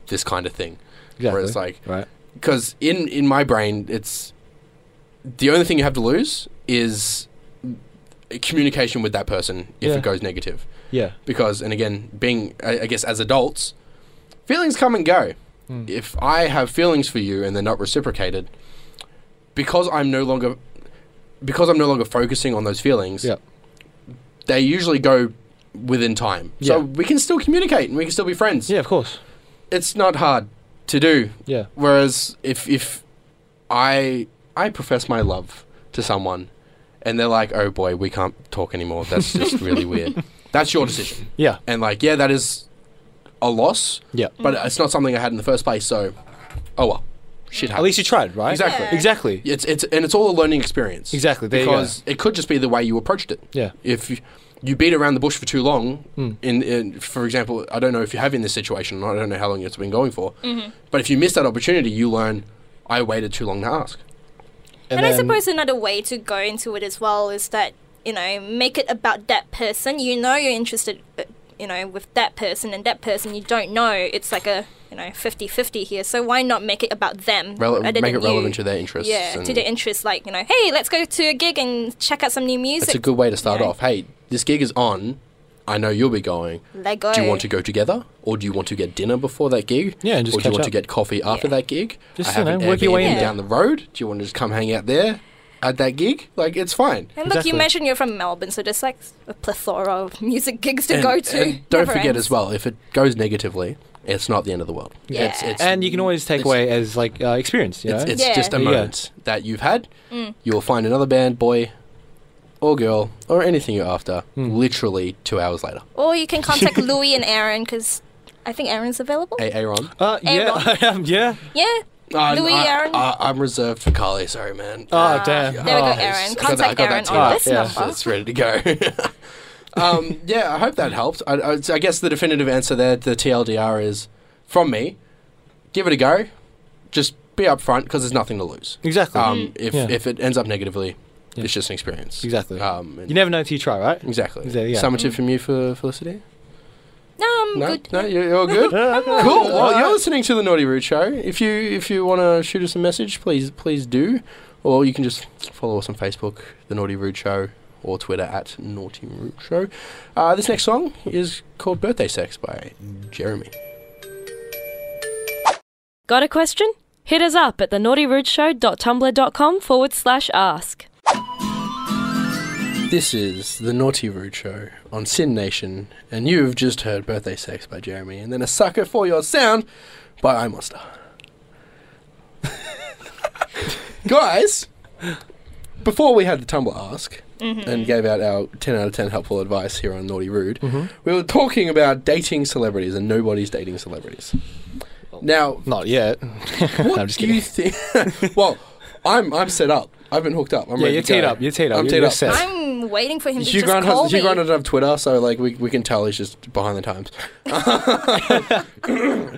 this kind of thing,
Exactly.
where it's like
right.
because in in my brain it's the only thing you have to lose is communication with that person if
Yeah.
it goes negative.
Yeah.
because and again being i, I guess as adults feelings come and go
Hmm.
if i have feelings for you and they're not reciprocated because i'm no longer because i'm no longer focusing on those feelings
Yeah.
they usually go within time so
Yeah.
we can still communicate and we can still be friends
Yeah. Of course.
it's not hard to do
Yeah.
whereas if if i i profess my love to someone and they're like oh boy we can't talk anymore that's
[LAUGHS]
just really weird that's your decision
Yeah.
and like yeah that is a loss
Yeah.
but it's not something i had in the first place so oh well shit happens
At least you tried, right?
Exactly.
Yeah.
Exactly. Yeah.
it's it's and it's all a learning experience
Exactly, there you go.
because it could just be the way you approached it
Yeah.
if you, you beat around the bush for too long
Mm.
in, in for example i don't know if you have in this situation and i don't know how long it's been going for
Mm-hmm.
but if you miss that opportunity you learn i waited too long to ask
And, I suppose another way to go into it as well is that you know make it about that person. You know you're interested, uh, you know, with that person and that person you don't know. It's like a you know 50-50 here. So why not make it about them?
Rele-
rather
make
than
it relevant
you?
to their interests
Yeah, to
and-
their interests. Like you know, hey, let's go to a gig and check out some new music.
that's a good way to start
Yeah.
off hey this gig is on i know you'll be going
Let go.
Do you want to go together, or do you want to get dinner before that gig?
Yeah, and just
or do you
catch
want to
up.
get coffee after
Yeah.
that gig?
Just,
I
you
have an
know, work your way
Airbnb
in there.
down the road. Do you want to just come hang out there at that gig? Like it's fine.
And look, you
Exactly.
mentioned you're from Melbourne, so there's like a plethora of [LAUGHS] music gigs to
And-
go to.
and don't
Never
forget
ends.
as well, if it goes negatively, it's not the end of the world.
Yeah.
It's, it's,
and you can always take
Mm. it's-
away as like uh, experience. You know?
It's, it's
Yeah. Mm.
just a
There you go.
moment that you've had. You'll find another band, boy, or girl, or anything you're after.
Hmm.
Literally two hours later.
Or you can
[LAUGHS]
contact Louis and Aaron because I think Aaron's available.
Hey, Aaron.
uh, yeah. um, [LAUGHS] yeah.
yeah. Louis,
I,
Aaron.
I, I'm reserved for Carly. Sorry, man.
Oh damn.
Ah.
There we go,
Oh.
Aaron.
I got that- I got
Contact
that
Aaron
too.
on
Ah,
this
yeah.
So
number.
it's ready to go. [LAUGHS] um, yeah, I hope that helped. I, I, I guess the definitive answer there, to the TLDR, is from me. Give it a go. Just be upfront because there's nothing to lose.
Exactly.
Mm-hmm.
Um, if
Yeah.
if it ends up negatively,
Yeah.
it's just an experience.
Exactly.
Um, and-
you never know till you try, right?
exactly.
There you go.
Summative from you for Felicity.
No, Mm-hmm. I'm
No,
good.
no, you're, you're
[LAUGHS]
good. Cool. Well, you're listening to the Naughty Rude Show. If you if you want to shoot us a message, please please do, or you can just follow us on Facebook, the Naughty Rude Show, or Twitter at Naughty Rude Show. Uh, this next song is called "Birthday Sex" by Jeremy.
Got a question? Hit us up at thenaughtyrooteshow.tumblr.com forward slash ask.
This is the Naughty Rude Show on Sin Nation, and you've just heard "Birthday Sex" by Jeremy, and then "A Sucker for Your Sound" by iMonster. [LAUGHS] Guys, before we had the Tumblr ask
Mm-hmm.
and gave out our ten out of ten helpful advice here on Naughty Rude,
Mm-hmm.
we were talking about dating celebrities, and nobody's dating celebrities. Now,
Not yet.
what
[LAUGHS] I'm just
do you think? [LAUGHS] well, I'm I'm set up. I've been hooked up. I'm
Yeah,
ready
you're
to go.
teed up. You're teed up.
I'm
You're-
teed
you're
up.
set.
I'm waiting for him to
Hugh
just
Grant,
call
has, Hugh
me.
Grant doesn't have Twitter, so like we, we can tell he's just behind the times.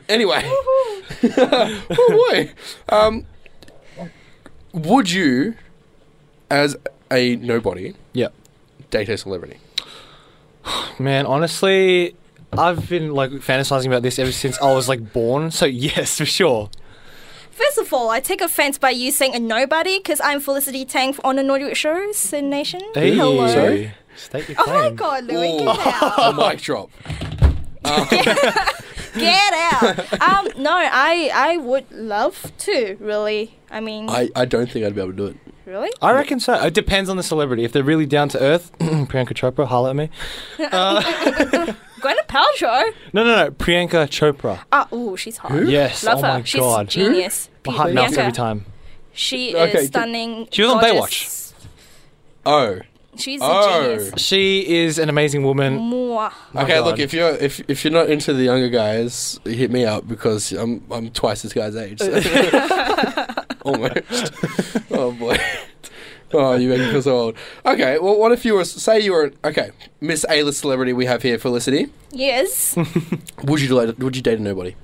[LAUGHS] anyway, [LAUGHS] oh boy, um, would you, as a nobody,
yeah.
date a [LAUGHS] celebrity?
Man, honestly, I've been like fantasizing about this ever since I was like born. So yes, for sure.
First of all, I take offense by you saying a nobody because I'm Felicity Tang on the Naughty Show, Sin Nation. Hello.
Sorry. State your
Oh my
claim.
god, Louis,
Ooh.
get out.
A mic drop.
Get out. Um, no, I I would love to, really. I mean,
I, I don't think I'd be able to do it.
really?
I reckon so. It depends on the celebrity. If they're really down to earth, [CLEARS THROAT] Priyanka Chopra, holla at me.
Gwyneth Paltrow?
No, no, no. Priyanka Chopra.
Ah, ooh, she's hot.
Yes.
Love
oh
her.
my
She's
god.
genius.
My heart melts
Bianca,
every time.
She
Okay,
is
good.
stunning.
She was on
gorgeous.
Oh,
She's
Oh.
a genius.
She is an amazing woman.
Mwah.
My
okay. Look,
God.
if you're if, if you're not into the younger guys, hit me up because I'm I'm twice this guy's
[LAUGHS]
age. [LAUGHS] so. Almost. [LAUGHS] oh boy. [LAUGHS] Oh, you make me feel so old. Okay, well, what if you were say you were okay Miss A list celebrity we have here, Felicity?
Yes.
Would you date? Would you date a nobody?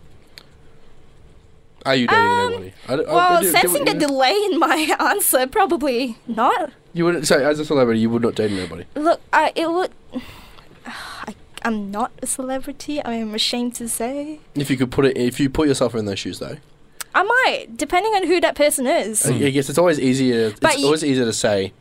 Are you dating a
Um,
nobody? I don't- I- I
Well,
do- do-
sensing the
you-
delay in my [LAUGHS] answer, probably not.
you wouldn't. So, as a celebrity, you would not date a nobody.
Look, I it would. [SIGHS] I, I'm not a celebrity. I am ashamed to say.
If you could put it, if you put yourself in their shoes, though,
I might, depending on who that person is.
Hmm.
I, I guess it's always easier. It's
But you-
always easier to say.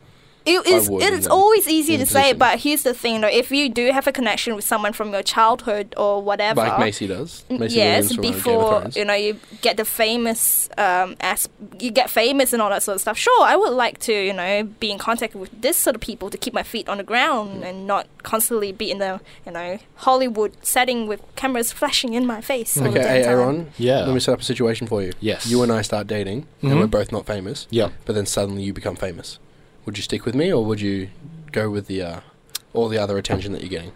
It is.
would in
It's
that-
always easier to
in
say,
position.
but here's the thing: though, if you do have a connection with someone from your childhood or whatever,
Like Macy does. Macy
Mm,
Williams
yes,
from, uh, Game of
before
Thrones.
you know you get the famous um as you get famous and all that sort of stuff. Sure, I would like to you know be in contact with this sort of people to keep my feet on the
Mm.
ground and not constantly be in the you know Hollywood setting with cameras flashing in my face. all the
Okay,
damn
hey,
time.
Aaron.
Yeah.
Let me set up a situation for you.
Yes.
You and I start dating, and
Mhm.
we're both not famous.
Yeah.
But then suddenly you become famous. Would you stick with me, or would you go with the uh, all the other attention that you're getting?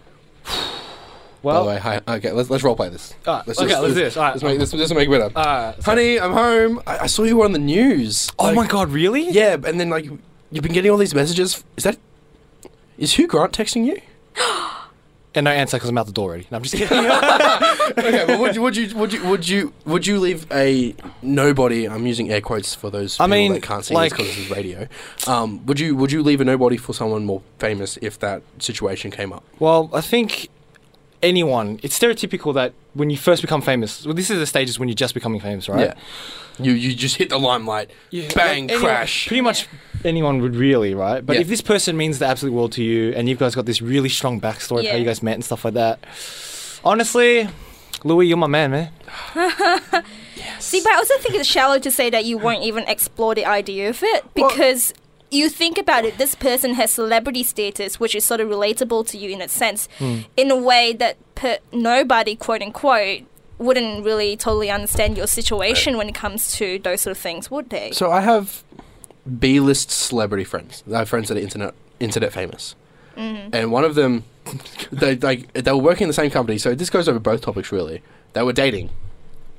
By the
Well,
way, hi, okay, let's let's roleplay this.
Ah, okay, let's do this, alright.
Let's make this. This will make it better.
uh,
Honey, I'm home. I, I saw you were on the news.
oh
Like,
my god, really?
Yeah, and then like you've been getting all these messages. Is that is Hugh Grant texting you?
And no answer because I'm out the door already. No, I'm just kidding. [LAUGHS]
okay, well, would you would you would you would you would you leave a nobody? I'm using air quotes for those people
I mean,
that can't see
like-
this because this is radio. Um, would you would you leave a nobody for someone more famous if that situation came up?
Well, I think anyone, it's stereotypical that when you first become famous, well, this is the stages when you're just becoming famous, right?
you you just hit the limelight,
Yeah,
bang,
like anyone-
crash.
Pretty much anyone would really, right? But
Yeah.
if this person means the absolute world to you and you've guys got this really strong backstory of how
Yeah.
you guys met and stuff like that, honestly, Louis, you're my man, man.
See, but I also think it's shallow to say that you won't even explore the idea of it because you think about it, this person has celebrity status, which is sort of relatable to you in a sense,
Hmm.
in a way that per- nobody, quote unquote, wouldn't really totally understand your situation when it comes to those sort of things, would they?
So I have B-list celebrity friends. I have friends that are internet internet famous,
Mm-hmm.
and one of them, they like they were working in the same company. So this goes over both topics really. They were dating,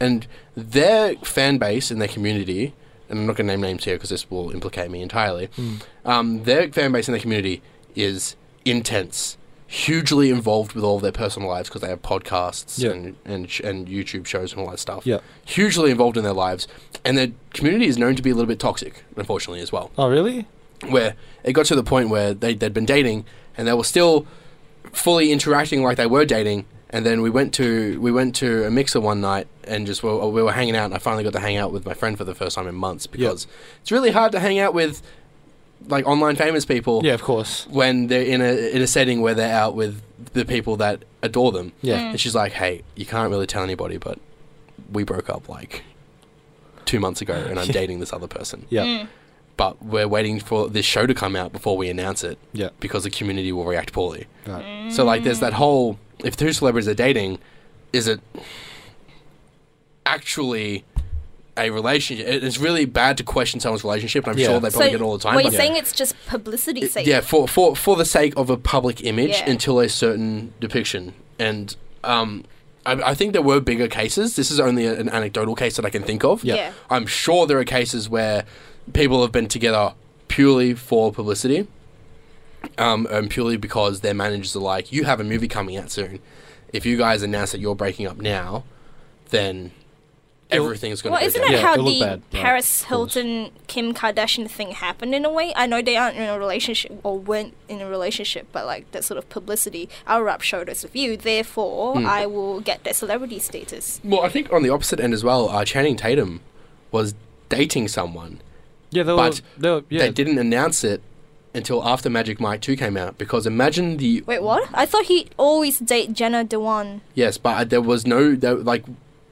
and their fan base and their community, and I'm not going to name names here because this will implicate me entirely.
Hmm.
Um, their fan base and their community is intense. Hugely involved with all of their personal lives because they have podcasts
Yeah.
and and sh- and YouTube shows and all that stuff.
Yeah.
hugely involved in their lives, and their community is known to be a little bit toxic, unfortunately, as well.
Oh, really?
Where it got to the point where they, they'd been dating and they were still fully interacting like they were dating, And then we went to we went to a mixer one night and just we were, we were hanging out and I finally got to hang out with my friend for the first time in months because it's really hard to hang out with like online famous people
Yeah, of course.
when they're in a in a setting where they're out with the people that adore them.
Yeah.
And she's like, "Hey, you can't really tell anybody, but we broke up like two months ago, and I'm dating this other person.
Yeah.
But we're waiting for this show to come out before we announce it
Yeah.
because the community will react poorly.
Right.
So like, there's that whole if two celebrities are dating, is it actually a relationship? It- It's really bad to question someone's relationship. and I'm
Yeah.
sure they
So
probably get it all the time.
Were you
but-
saying it's just publicity
it-
sake?
Yeah, for, for for the sake of a public image
Yeah.
until a certain depiction. And um, I, I think there were bigger cases. This is only an anecdotal case that I can think of.
Yeah. Yeah.
I'm sure there are cases where people have been together purely for publicity um, and purely because their managers are like, you have a movie coming out soon. If you guys announce that you're breaking up now, then everything's going to
Well,
go
isn't
down.
that
Yeah,
how
it'll look
the
bad, yeah,
Paris
of course.
Hilton Kim Kardashian thing happened in a way? I know they aren't in a relationship or weren't in a relationship, but like that sort of publicity, I'll rub shoulders with you, therefore
Hmm.
I will get that celebrity status.
Well, I think on the opposite end as well, uh, Channing Tatum was dating someone.
Yeah, they were,
But
they were, yeah.
They didn't announce it until after Magic Mike 2 came out because imagine the
Wait, what? I thought he always date Jenna Dewan.
yes, but uh, there was no there, like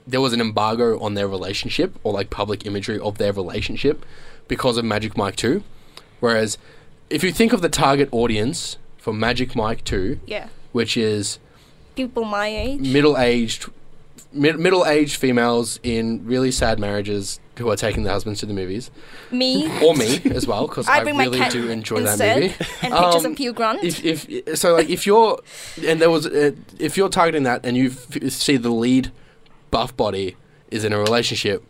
there was an embargo on their relationship or like public imagery of their relationship because of Magic Mike 2. Whereas if you think of the target audience for Magic Mike 2,
Yeah,
which is
people my age.
middle-aged mid- middle-aged females in really sad marriages who are taking their husbands to the movies
Me.
[LAUGHS]
or me as well because I,
I bring my
really
cat
do enjoy that
instead
movie.
and pictures
Um,
of Hugh Grant.
if, if so like if you're and there was uh, if you're targeting that and you f- see the lead buff body is in a relationship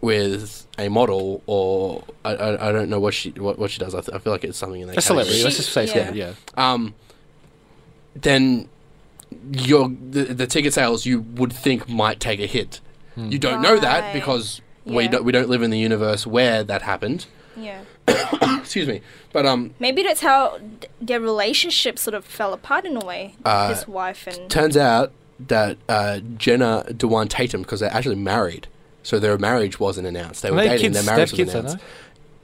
with a model or I, I, I don't know what she what, what she does I, th- I feel like it's something in that
a celebrity.
category.
Let's just say yeah.
Yeah.
yeah.
um then your the, the ticket sales you would think might take a hit
Hmm.
you don't know that
Right.
because we
Yeah.
don't, we don't live in the universe where that happened
yeah.
excuse me but um
Maybe that's how th- their relationship sort of fell apart in a way.
Uh,
His wife and
Turns out that uh, Jenna Dewan Tatum, because they're actually married, so their marriage wasn't announced. They were
And they have
dating,
kids-
their
they
marriage
have
was
kids, I
announced.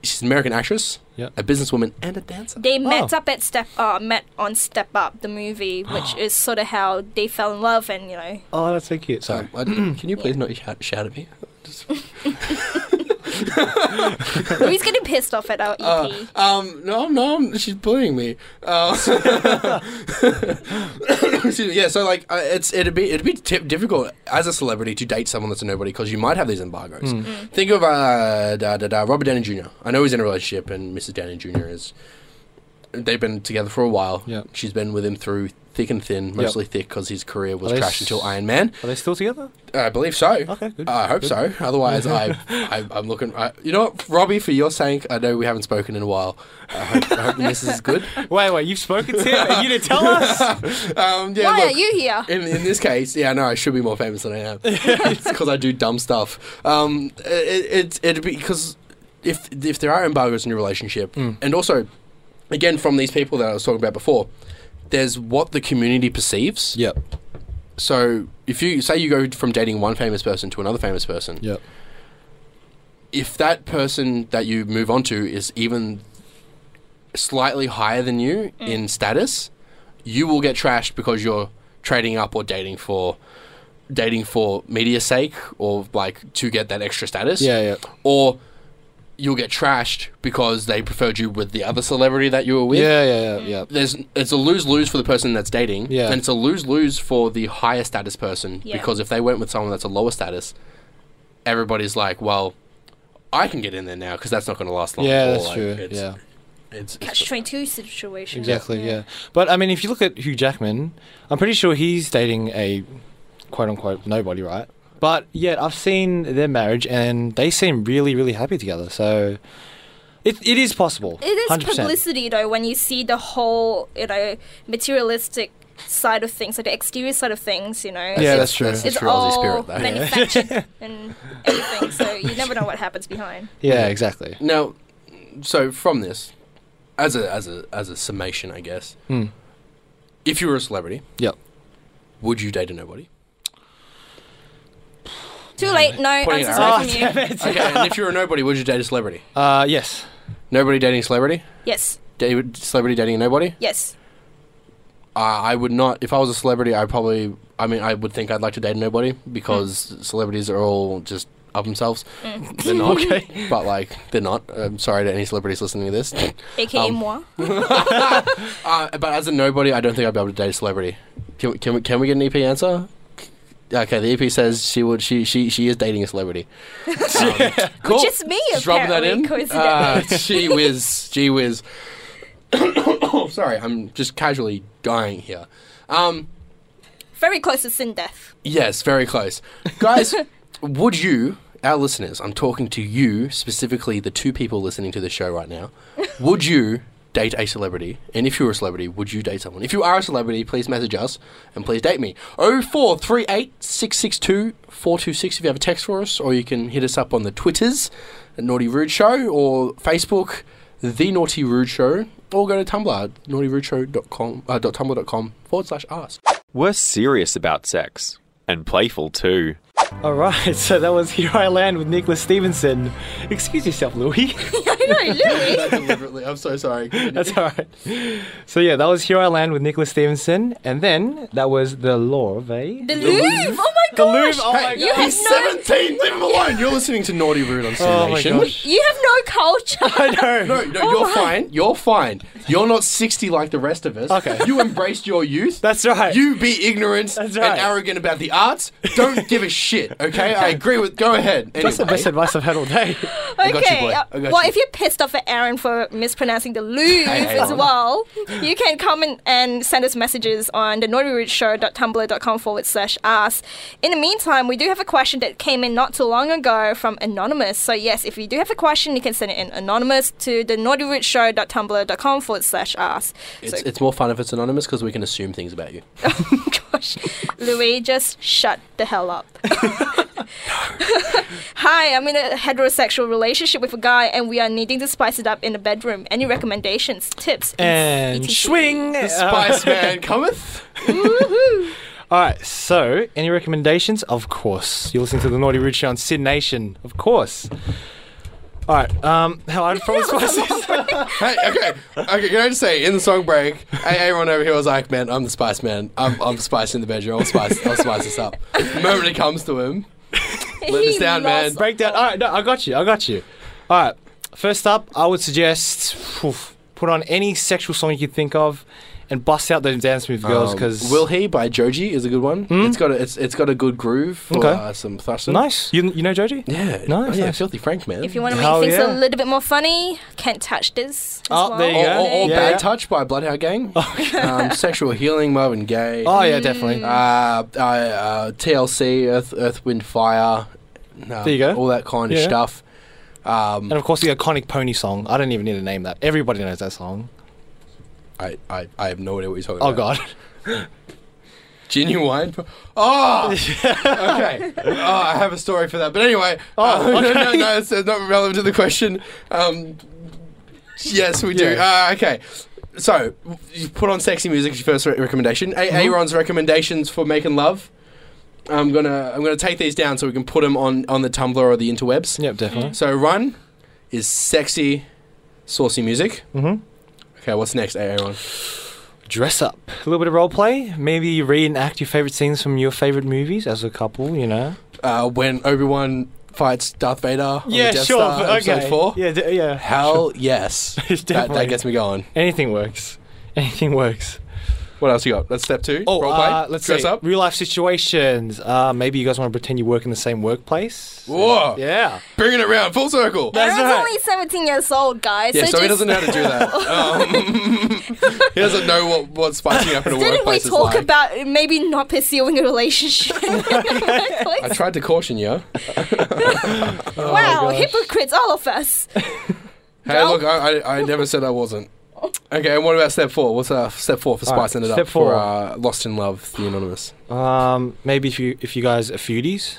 She's an American actress,
Yeah.
a businesswoman, and a dancer.
they met
Oh.
up at Step uh, met on Step Up,
[GASPS]
the movie, which is sort of how they fell in love and you
[LAUGHS]
know.
Oh, that's so cute.
So,
Sorry.
I- can you please not shout, shout at me?
Louis getting pissed off at our E EP.
Um, no, no, I'm- she's bullying me. Uh, [LAUGHS] excuse me. Yeah, so like, uh, it's it'd be it'd be t- difficult as a celebrity to date someone that's a nobody because you might have these embargoes.
Hmm.
Think of uh, da, da, da, Robert Downey Jr. I know he's in a relationship, and Mrs. Downey Jr. is. They've been together for a while.
Yeah.
she's been with him through thick and thin, mostly thick because his career was
Are they
crashed
s-
until Iron Man.
Are they still together?
I believe so.
Okay, good.
Uh, I hope
Good.
so. Otherwise, I, I I'm looking. I, you know what, Robbie, for your sake, I know we haven't spoken in a while. I hope, I hope this is good.
Wait, wait. You've spoken to him and you didn't
[LAUGHS]
tell us?
Um, yeah,
Why
look,
are you here?
in, in this case, yeah, no, I should be more famous than I
[LAUGHS]
am. it's because I do dumb stuff. Um, it, it, it'd be because if if there are embargoes in your relationship, and also, again, from these people that I was talking about before, there's what the community perceives.
Yep.
So if you say you go from dating one famous person to another famous person,
Yep.
if that person that you move on to is even slightly higher than you in status, you will get trashed because you're trading up or dating for dating for media sake or like to get that extra status.
Yeah, yeah.
Or you'll get trashed because they preferred you with the other celebrity that you were with.
Yeah, yeah, yeah, yeah.
There's it's a lose lose for the person that's dating.
Yeah.
And it's a lose lose for the higher status person
Yeah.
because if they went with someone that's a lower status, everybody's like, well, I can get in there now because that's not going to last long.
Yeah,
Or,
that's
like,
true.
It's,
yeah,
It's, it's-
Catch twenty two situation.
exactly. Yeah. but I mean, if you look at Hugh Jackman, I'm pretty sure he's dating a quote unquote nobody, right? But yet, I've seen their marriage, and they seem really, really happy together. So, it it is possible.
It is
100%.
publicity though when you see the whole, you know, materialistic side of things, like the exterior side of things, you know.
Yeah,
it's-
that's true.
That's the
it's
true Aussie
all
spirit, though.
manufactured
[LAUGHS]
and everything, so you never know what happens behind.
Yeah, exactly.
Now, so from this, as a as a as a summation, I guess,
Hmm.
if you were a celebrity,
Yep.
Would you date a nobody?
Too late. No
Pointing at
answers no
her.
from you.
Okay, and if you're a nobody, would you date a celebrity?
Uh, [LAUGHS] yes.
Nobody dating a celebrity?
Yes.
David, celebrity dating a nobody?
Yes.
Uh, I would not. If I was a celebrity, I probably. I mean, I would think I'd like to date a nobody because celebrities are all just up themselves.
Mm.
They're not. okay. But like, they're not. I'm sorry to any celebrities listening to this.
AKA
Um,
moi.
Uh, but as a nobody, I don't think I'd be able to date a celebrity. Can, we- can we can we get an EP answer? Okay, the EP says she would she she she is dating a celebrity. Um, [LAUGHS] cool.
Just me,
Just rubbing that in.
apparently,
Uh,
coincidentally.
gee whiz, gee whiz. [COUGHS] Sorry, I'm just casually dying here. Um,
Very close to sin death.
yes, very close, guys. [LAUGHS] would you, our listeners? I'm talking to you specifically, the two people listening to the show right now. Would you date a celebrity? And if you're a celebrity, would you date someone? If you are a celebrity, please message us and please date me. Oh four three eight six six two four two six. if you have a text for us, or you can hit us up on the Twitters, at Naughty Rude Show, or Facebook, The Naughty Rude Show, or go to Tumblr, naughtyrudeshow.com, uh, dot tumblr dot com forward slash ask.
We're serious about sex and playful too.
All right, so that was Here I Land with Nicholas Stevenson. Excuse yourself, Louis. [LAUGHS]
I know,
[LAUGHS]
Louis.
Deliberately, I'm so [LAUGHS] sorry.
That's all right. So yeah, that was Here I Land with Nicholas Stevenson, and then that was The Lorve.
The Louvre. Oh my
The
gosh.
Louvre, oh my
you have
He's
no.
17, leave him
[LAUGHS]
alone. You're listening to Naughty Rude on Sin
Oh my
Nation.
gosh.
You have no culture.
[LAUGHS] I know.
No, no,
Oh
you're
my.
fine. You're fine. You're not 60 like the rest of us.
Okay.
You embraced your youth.
That's right.
You be ignorant and
That's right.
arrogant about the arts. Don't give a shit, okay? I agree with. Go ahead. Anyway.
That's the best advice I've had all day.
[LAUGHS]
[LAUGHS]
I got you,
okay.
boy.
uh,
I got
well,
you.
if you're pissed off at Aaron for mispronouncing the Louvre
hey,
as
hey.
well, you can comment and send us messages on the naughtyrootshow.tumblr.com forward slash ask. In the meantime, we do have a question that came in not too long ago from Anonymous. So, yes, if you do have a question, you can send it in anonymous to the naughtyrootshow.tumblr.com forward slash ask.
It's, it's more fun if it's anonymous because we can assume things about you.
Gosh, Louis, just shut the hell up. [LAUGHS] Hi, I'm in a heterosexual relationship with a guy, and we are needing to spice it up in the bedroom. Any recommendations, tips?
And
etc.?
swing. Uh, The
Spice Man cometh.
All right, so any recommendations? Of course. You're listening to the Naughty Rude Show on Sin Nation, of course. All right, um, how [LAUGHS] I'd probably spice this.
Hey, okay, okay. Can I just say, in the song break, a- everyone over here was like, "Man, I'm the Spice Man. I'm, I'm the Spice in the bedroom. I'll spice, I'll spice this up." The moment it comes to him, let us
He
down, man.
lost-
Breakdown. All right, no, I got you. I got you. All right, first up, I would suggest oof, put on any sexual song you can think of and bust out those dance move girls
Um,
because.
"Will He" by Joji is a good one. It's got a it's, it's got a good groove for
Okay.
uh, some thrusting.
Nice. You, you know Joji?
yeah,
Nice,
Oh, yeah,
nice.
filthy Frank man.
If you want to make
Hell
things
yeah.
a little bit more funny, can't touch this. As
Oh,
well.
there you
or,
go.
or- or
Yeah,
Bad
yeah.
Touch by Bloodhound Gang, um, Sexual Healing, Marvin Gaye,
Oh, yeah, definitely.
uh, uh, uh, TLC, Earth, Earth, Wind, Fire. uh,
There you go.
All that kind of
Yeah.
stuff. Um,
And of course, the iconic Pony song. I don't even need to name that. Everybody knows that song.
I, I, I have no idea what he's talking
Oh,
about.
God. [LAUGHS]
Genuine. Oh! okay. Oh, I have a story for that. But anyway. Oh, no, no, no, it's uh, [LAUGHS] not relevant to the question. Um, yes, we do.
Yeah.
Uh, okay. So, you put on sexy music as your first re- recommendation. A- Aaron's recommendations for making love. I'm gonna I'm gonna take these down so we can put them on, on the Tumblr or the interwebs.
Yep, definitely.
So run is sexy, saucy music.
Mhm.
Okay, what's next, Aaron?
dress up. A little bit of role play. Maybe reenact your favorite scenes from your favorite movies as a couple. You know.
uh, when Obi Wan fights Darth Vader. on the Death Star, Episode four.
Yeah, d- yeah.
Hell yes.
[LAUGHS] It's
that, that
definitely-
gets me going.
Anything works. Anything works.
What else you got? That's step two.
Oh,
Role play.
uh, let's
dress
see.
up.
Real life situations. Uh, maybe you guys want to pretend you work in the same workplace.
Whoa!
Yeah.
Bringing it round full circle.
That's
Aaron's
right.
only 17 years old, guys.
yeah, so,
just,
he doesn't know how to do
[LAUGHS]
that. Um, [LAUGHS] he doesn't know what what spicing up in a
Didn't we
workplace
talk
is like.
about maybe not pursuing a relationship? [LAUGHS]
I tried to caution you.
wow, hypocrites, all of us.
Hey, look, I, I, I never said I wasn't. Okay, and what about step four? What's uh, step four for
All right,
spicing it up
step
for
four.
uh, Lost in Love, The Anonymous?
Um, maybe if you if you guys are feudies.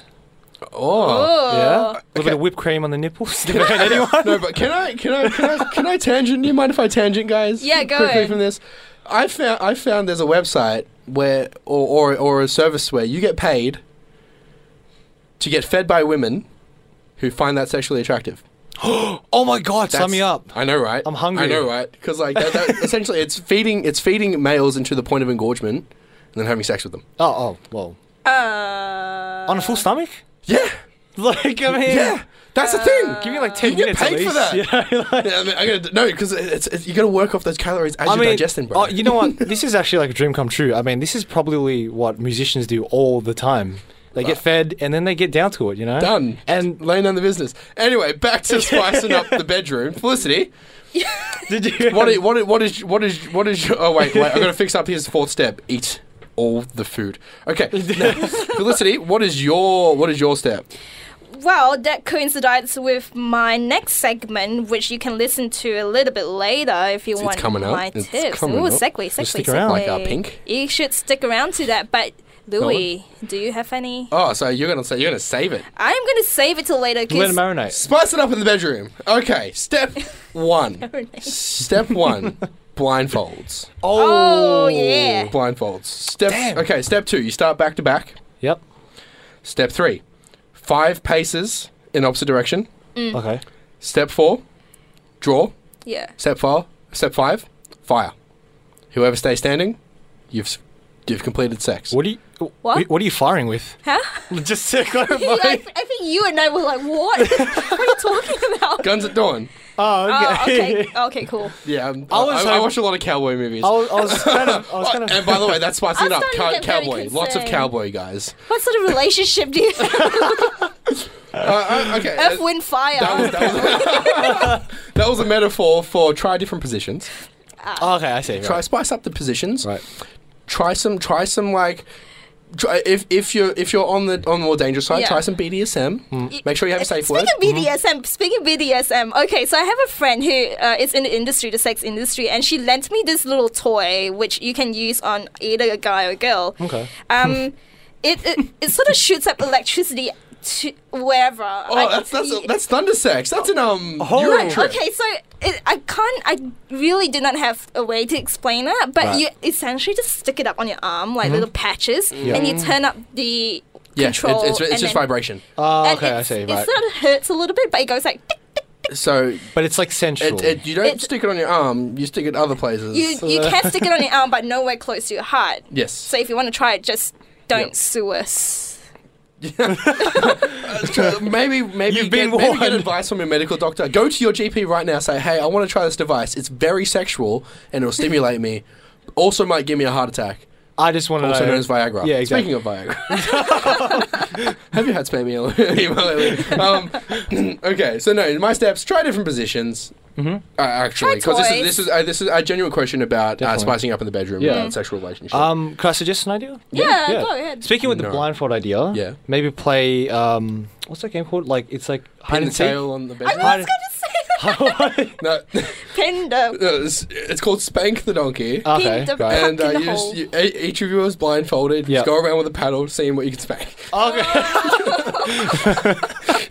Oh,
Yeah. A
Oh.
little bit of whipped cream on
[LAUGHS]
the nipples. [LAUGHS] Never hurt anyone.
no, but can I can I can I can I tangent? Do you mind if I tangent, guys?
Yeah, go.
quickly from this. I found I found there's a website where or, or or a service where you get paid to get fed by women who find that sexually attractive.
Oh my god, sign me up.
I know, right?
I'm hungry.
I know, right? Because like that,
[LAUGHS]
that, essentially, it's feeding it's feeding males into the point of engorgement and then having sex with them.
Oh, oh, well.
Uh,
On a full stomach? [LAUGHS]
Yeah,
Like, I mean.
yeah, that's the thing.
Uh,
Give me like 10
You get
minutes. at
paid for
least. [LAUGHS] Yeah, like-
Yeah, I mean, I gotta, no, because it's, it's you got to work off those calories as you're digesting, bro.
oh, you know what? [LAUGHS] this is actually like a dream come true. I mean, this is probably what musicians do all the time. They get fed and then they get down to it, you know?
Uh, done
And [LAUGHS]
laying on the business. Anyway, back [LAUGHS] to spicing up the bedroom. Felicity,
did you?
what is, what is, what is what is what is your? Oh wait, wait, I gotta fix up his fourth step. Eat all the food. Okay, [LAUGHS] now, Felicity, what is your what is your step?
well, that coincides with my next segment, which you can listen to a little bit later if you
It's- it's
want
coming up.
my
It's
tips.
coming
Ooh,
up.
segue, segue,
stick
segue.
around.
Like our pink?
You should stick around to that. But Louis, do you have any?
Oh, so you're gonna say you're gonna save it.
I'm gonna save it till later.
Let it
'cause-
marinate.
Spice it up in the bedroom. Okay, step one. step one. Blindfolds.
Oh yeah.
Blindfolds. Step.
Damn.
Okay, step two. You start back to back.
Yep.
Step three. Five paces in opposite direction.
Hmm.
Okay.
Step four, draw. [LAUGHS]
Yeah.
Step four, step five, fire. Whoever stays standing, you've s- you've completed sex.
What are you? What?
What?
What are you firing with?
Huh?
[LAUGHS] Just
[LAUGHS]
to clarify.
Yeah, I, I think you and I were like, what? [LAUGHS] what are you
[LAUGHS]
talking about?
Guns at dawn.
Oh,
Oh,
okay.
okay. Okay, cool.
Yeah, I'm,
I
I,
was
I,
hoping-
watch a lot of cowboy
oh,
movies.
[LAUGHS] I, was, I was kind of. I was kind
Oh,
of.
and by the way, that's
[LAUGHS]
spicing
I'm
up.
starting to
Cow-
get very
cowboy, lots of
concerned.
cowboy guys.
What sort of relationship
[LAUGHS]
do you have?
Uh, uh, okay,
Earth,
uh,
wind, fire.
that was, that, was, [LAUGHS] that was a metaphor for try different positions.
oh, okay, I see.
Try
Right.
spice up the positions.
right.
Try some. Try some like. Try, if if you're if you're on the on the more dangerous side,
Yeah.
try some BDSM. Mm-hmm. Make sure you have a safe word. Mm-hmm.
Speaking of BDSM, speaking of BDSM, okay, so I have a friend who uh, is in the industry, the sex industry, and she lent me this little toy which you can use on either a guy or a girl.
Okay.
[LAUGHS]
Um, it, it it sort of shoots up electricity to wherever.
Oh, that's that's that's thunder sex. That's an um Euro trip.
Okay, so it, I can't. I really do not have a way to explain it, but
Right.
you essentially just stick it up on your arm like little patches, and you turn up the
Mm-hmm. Yeah, it's,
control.
it's, it's
and
just
then-
vibration.
Oh,
and
okay, I
it's-
see. Right.
It sort of hurts a little bit, but it goes like. tick, tick.
So
but it's like sensual.
it, it, you don't
It's-
stick it on your arm. You stick it other places.
You you can stick it on your arm, but nowhere close to your heart. [LAUGHS]
yes.
So if you want to try it, just don't
Yep.
sue us.
So maybe maybe
You've
get,
been
maybe get
warned.
advice from your medical doctor. Go to your GP right now. Say, hey, I want to try this device. It's very sexual and it'll stimulate me. Also, might give me a heart attack.
I just want to
Also
know.
known as Viagra.
Oh, Yeah, exactly.
Speaking of Viagra, [LAUGHS] have you had spam email email lately? Um, [CLEARS THROAT] okay, so no, in my steps, try different positions.
Mm-hmm.
Uh, actually,
Try
because this is
toys.
this is uh, this is a genuine question about uh,
Definitely.
spicing up in the bedroom
Yeah.
about sexual relationship.
Um, can I suggest an idea?
Yeah, go ahead. [LAUGHS]
Speaking with
No.
the blindfold idea,
Yeah.
maybe play um, what's that game called? Like it's like hide
Pin the
and seek.
tail on the
I was
bedroom.
Hide-
going to
[LAUGHS]
say [LAUGHS]
No, [LAUGHS] no,
pin the
it's, it's called spank the donkey.
Okay,
Pin the-
right.
and uh,
fucking
you just
hole.
you, e- each of you is blindfolded. You
Yeah. Uh,
Just go around with a paddle, seeing what you can spank.
Oh.
Okay.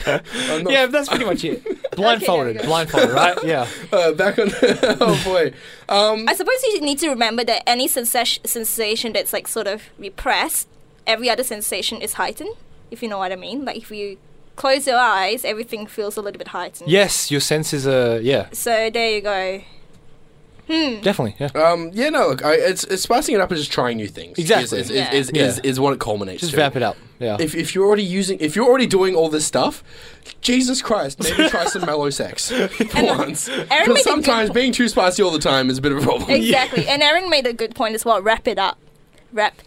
I'm not
yeah, that's pretty much
[LAUGHS]
it. Blindfolded,
go.
[LAUGHS]
blindfolded, right? Yeah.
uh, back on. [LAUGHS] oh boy. Um,
I suppose you need to remember that any sensation, sensation that's like sort of repressed, every other sensation is heightened, if you know what I mean. Like if you close your eyes, everything feels a little bit heightened.
Yes, your senses are yeah,
So there you go.
definitely yeah.
um, yeah, no, look, I, it's, it's spicing it up and just trying new things.
Exactly.
Is, is,
Yeah.
is, is, is, is what it culminates
Just
to.
vamp it up. Yeah.
If, if you're already using, if you're already doing all this stuff, Jesus
[LAUGHS]
Christ, maybe try some mellow sex for once.
made a
Because
good
sometimes
po-
being too spicy all the time is a bit of a problem.
Exactly. And Aaron made a good point as well. Wrap it up. Wrap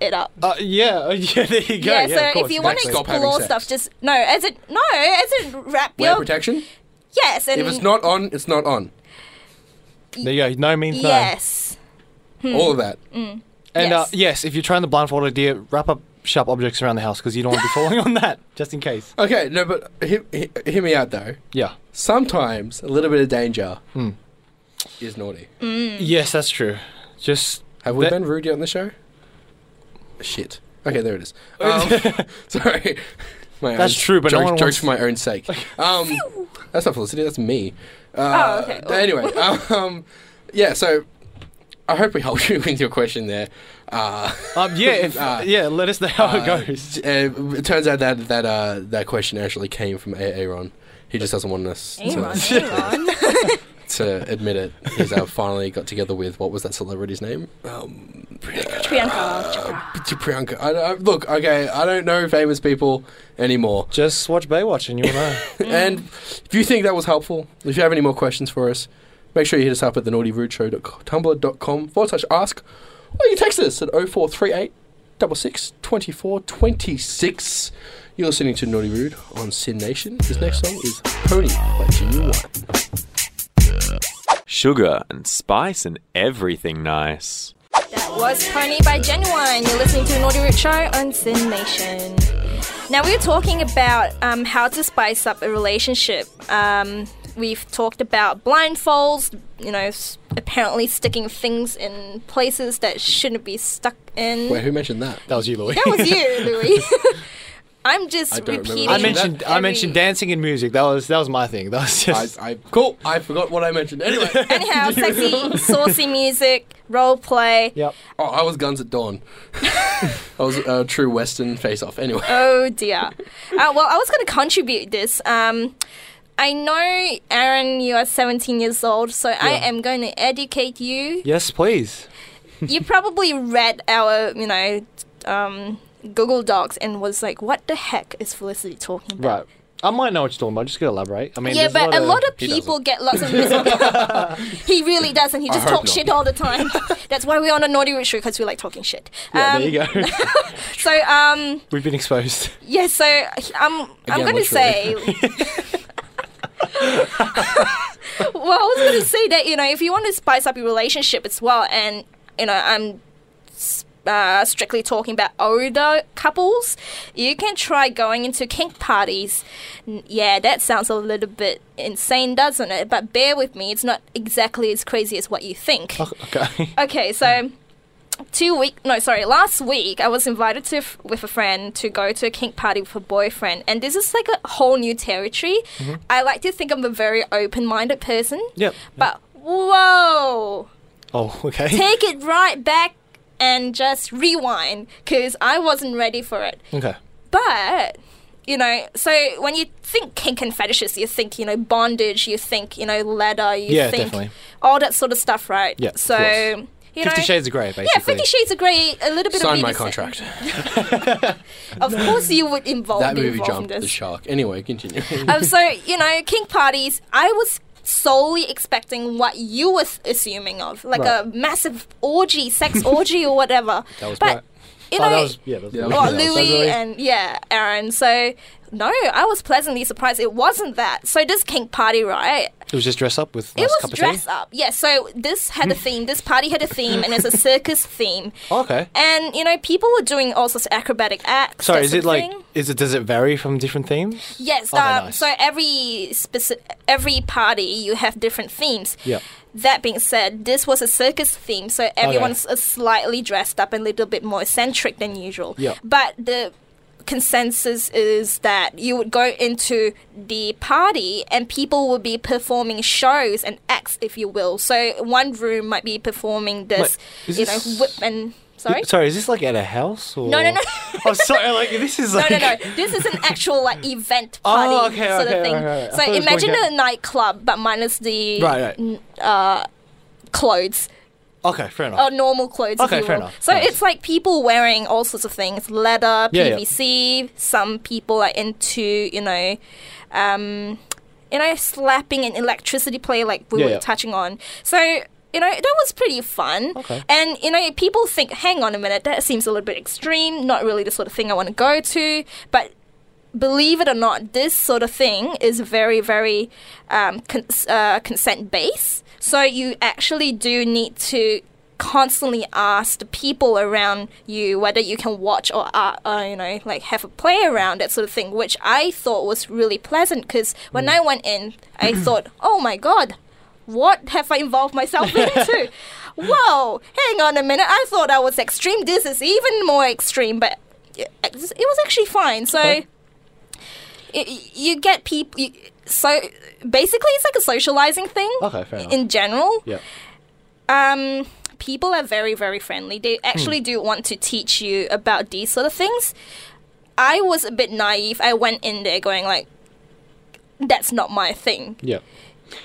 it up.
uh, yeah, [LAUGHS] uh, yeah. There you go.
yeah,
Yeah.
so
of course,
if you want to
exactly. Stop having
explore
sex.
stuff, just no, as it no, as it wrap
Wear
your
protection.
yes, and
If it's not on, it's not on.
There you go. No means no.
yes,
Hmm.
All of that.
And
Yes.
Uh, yes, if you're trying the blindfold idea, wrap up sharp objects around the house because you don't want
[LAUGHS]
to be falling on that, just in case.
Okay, no, but he, he, hear me out though.
Yeah.
Sometimes a little bit of danger
Hmm.
is naughty.
Mm.
Yes, that's true. Just
Have we
That-
been rude yet on the show? Shit. Okay, there it is. Um, [LAUGHS] sorry. My
That's
own-
true, but no
joke,
one
joke
wants-
for my own sake. Um, that's not Felicity. That's me. Uh,
Oh, okay.
Anyway, um, yeah. So I hope we helped [LAUGHS] you with your question there. Uh,
Um, yeah, if, [LAUGHS]
Uh,
yeah. Let us know how it
uh,
goes.
t- uh, it turns out that that uh, that question actually came from A- Aaron. He just doesn't want us
Aaron,
to,
[LAUGHS]
Aaron.
to admit it. He's uh, finally got together with what was that celebrity's name? Um,
Priyanka Chopra.
Pri- Priyanka. I, I, look, okay, I don't know famous people anymore.
Just watch Baywatch and you'll know.
And if you think that was helpful, if you have any more questions for us, make sure you hit us up at the naughtyrudeshow.tumblr.com forward slash ask, or you can text us at 0438 66 24 26. You're listening to Naughty Rude on Sin Nation. This next song is Pony by GU1.
Sugar and spice and everything nice.
That was Pony by Genuine. You're listening to Naughty Root Show on Sin Nation. Now we we're talking about um, how to spice up a relationship. Um, we've talked about blindfolds, you know, s- apparently sticking things in places that shouldn't be stuck in.
Wait, who mentioned that?
[LAUGHS] That was you, Louis.
That was you, Louis. [LAUGHS] I'm just
I don't remember
repeating.
that.
I mentioned I
every-
mentioned dancing and music. That was that was my thing. That was
I,
just
I, cool, I forgot what I mentioned. Anyway,
[LAUGHS]
[LAUGHS]
Anyhow, sexy, saucy music, role play.
yep.
oh, I was Guns at Dawn. I was uh, True Western Face Off. Anyway.
Oh dear. Uh, well, I was going to contribute this. Um, I know, Aaron, you are 17 years old, so I am going to educate you.
Yes, please.
You probably read our, you know, um, Google Docs and was like, what the heck is Felicity talking
Right.
about?
I might know what you're talking about. Just gotta elaborate. I mean,
Yeah,
there's
but a lot of
He
people get lots
[LAUGHS]
of misinformation. he really doesn't. He just
hope
talks
not.
shit all the time. [LAUGHS] That's why we're on a naughty rich because we like talking shit.
Yeah,
um,
there you go. [LAUGHS]
So, um,
We've been exposed.
yeah, so I'm,
Again,
I'm going to say.
literally.
[LAUGHS] well, I was going to say that, you know, if you want to spice up your relationship as well, and, you know, I'm s- uh, strictly talking about older couples, you can try going into kink parties. N- Yeah, that sounds a little bit insane, doesn't it? But bear with me, it's not exactly as crazy as what you think.
Oh,
[LAUGHS]
Okay.
Okay, so two week no sorry last week i was invited to f- with a friend to go to a kink party with a boyfriend and this is like a whole new territory i like to think i'm a very open-minded person
Yep.
but whoa
Oh, okay.
take it right back and just rewind because i wasn't ready for it
okay.
but you know, so when you think kink and fetishes, you think you know bondage, you think you know leather, you
Yeah,
think
definitely.
all that sort of stuff, right?
Yeah, of
So
course.
you know,
Fifty Shades of Grey, basically.
yeah, Fifty Shades of Grey, a little bit
Sign
of
my
BDSM.
contract.
Of course, you would involve
That
be
movie
involved in
jumped the
this.
shark. Anyway, continue.
um, so you know, kink parties. I was solely expecting what you were assuming of, like a massive orgy, sex orgy, or whatever.
That was
but
right.
you know,
Oh, that was yeah. That was,
Yeah,
that
that
was-
Well,
was-
that was
Louis
really-
and yeah, Aaron. So no, I was pleasantly surprised. It wasn't that. So this kink party, right?
It was just dress up with.
It
nice
was
cup of
dress
tea.
up. Yeah. So
[LAUGHS]
this had a theme. This party had a theme, and it's a circus theme.
Oh, okay.
And you know, people were doing all sorts of acrobatic acts.
Sorry,
that
is
sort
it
of
like?
thing.
Is it? Does it vary from different themes?
Yes.
Okay,
um,
nice.
So every speci- every party you have different themes.
Yeah.
That being said, this was a circus theme, so everyone's uh, slightly dressed up and a little bit more eccentric than usual.
Yeah.
But the consensus is that you would go into the party and people would be performing shows and acts, if you will. So one room might be performing this,
is
you know,
this-
whip and sorry.
Sorry, is this like at a house or? [LAUGHS]
No, no, no.
oh, sorry. Like this is
[LAUGHS] No,
like.
no, no. This is an
[LAUGHS]
actual like event
Oh,
party
okay,
sort
okay,
of thing.
right, right. I thought it
So
was
imagine
like a-
a nightclub, but minus the
Right, right.
n- uh, clothes
[LAUGHS] Okay, fair enough.
or uh, normal clothes.
Okay,
if you
fair
will.
enough.
So
Nice.
it's like people wearing all sorts of things: leather,
Yeah, yeah.
PVC. Some people are into you know. Um, you know, slapping and electricity play like we
Yeah,
were
yeah.
touching on. So, you know, that was pretty fun.
Okay.
And, you know, people think, hang on a minute, that seems a little bit extreme, not really the sort of thing I want to go to. But believe it or not, this sort of thing is very, very um, cons- uh, consent based. So you actually do need to constantly ask the people around you whether you can watch or uh, uh, you know like have a play around that sort of thing which i thought was really pleasant because when i went in i thought oh my god what have I involved myself into? Whoa, hang on a minute. I thought I was extreme. This is even more extreme, but it it was actually fine. So
Okay.
y- you get people. You, so basically, it's like a socializing thing
Okay, fair enough.
in general.
yeah.
Um, people are very, very friendly. They actually do want to teach you about these sort of things. I was a bit naive. I went in there going like, "That's not my thing."
Yeah.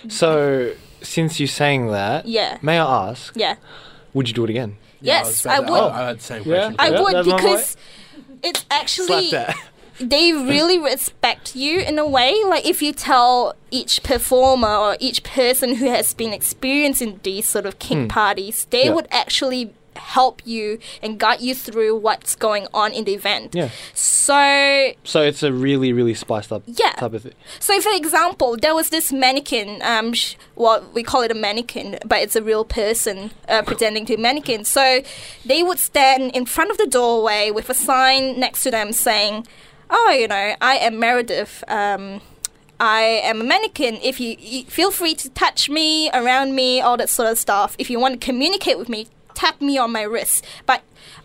So, since you're saying that,
Yeah.
may I ask,
Yeah.
would you do it again?
yes, I would.
oh, I had the same question.
I
Oh, Yeah,
would
that's my
because it's actually [LAUGHS]
[LAUGHS]
they really respect you in a way. Like if you tell each performer or each person who has been experiencing these sort of kink parties, they
Hmm. Yeah.
would actually help you and guide you through what's going on in the event.
Yeah.
So
So it's a really, really spiced up
Yeah.
type of thing.
so, for example, there was this mannequin. Um, sh- well, we call it a mannequin, but it's a real person uh, pretending to be a mannequin. So, they would stand in front of the doorway with a sign next to them saying, "Oh, you know, I am Meredith. Um, I am a mannequin. If you, you feel free to touch me, around me, all that sort of stuff. If you want to communicate with me, tap me on my wrist." But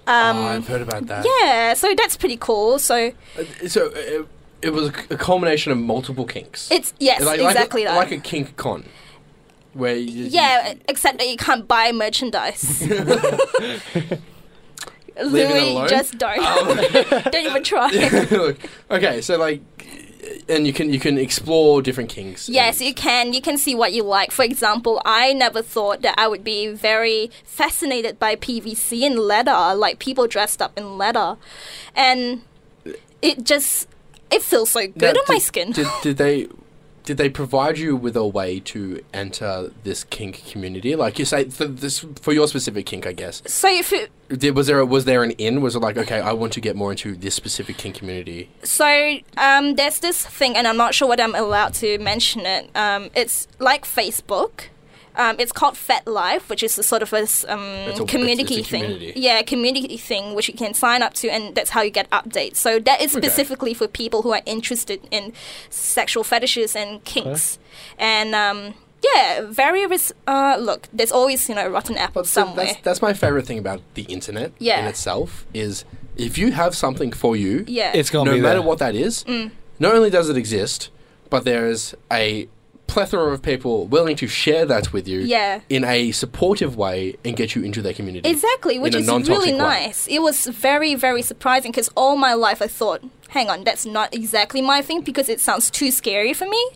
um,
I've heard about Oh, that.
yeah, so that's pretty cool. So
Uh, So it, it was a culmination of multiple kinks.
it's yes,
like,
exactly
like,
that.
a, like a kink con, where you,
Yeah, except that you can't buy merchandise. [LAUGHS]
Leave it
Literally,
alone? Oh.
just don't. [LAUGHS] don't even [LAUGHS] try.
[LAUGHS] Look, okay, so like, and you can you can explore different kinks.
yes,
and-
you can. You can see what you like. For example, I never thought that I would be very fascinated by PVC and leather, like people dressed up in leather, and it just it feels so good
Now,
on my
did-
skin.
Did, did they? Did they provide you with a way to enter this kink community? Like you say, th- this for your specific kink, I guess.
so if it,
Did, was there a, was there an in? Was it like okay, I want to get more into this specific kink community?
So um, there's this thing, and I'm not sure whether I'm allowed to mention it. Um, it's like Facebook. Um, it's called Fat Life, which is a sort of a, s- um,
a-
community
it's a
thing.
community.
Yeah, community thing, which you can sign up to, and that's how you get updates. So that is specifically for people who are interested in sexual fetishes and kinks, and um, yeah, very. Res- uh, look, there's always you know a rotten apple
But so
somewhere.
that's that's my favorite thing about the internet in
Yeah.
itself is if you have something for you,
yeah, Mm.
It's gonna
no
be
matter
there.
what that is, not only does it exist, but there is a plethora of people willing to share that with you
Yeah.
in a supportive way and get you into their community.
Exactly, which
in a
is
non-toxic
really
way.
nice. It was very, very surprising because all my life I thought, hang on, that's not exactly my thing because it sounds too scary for me.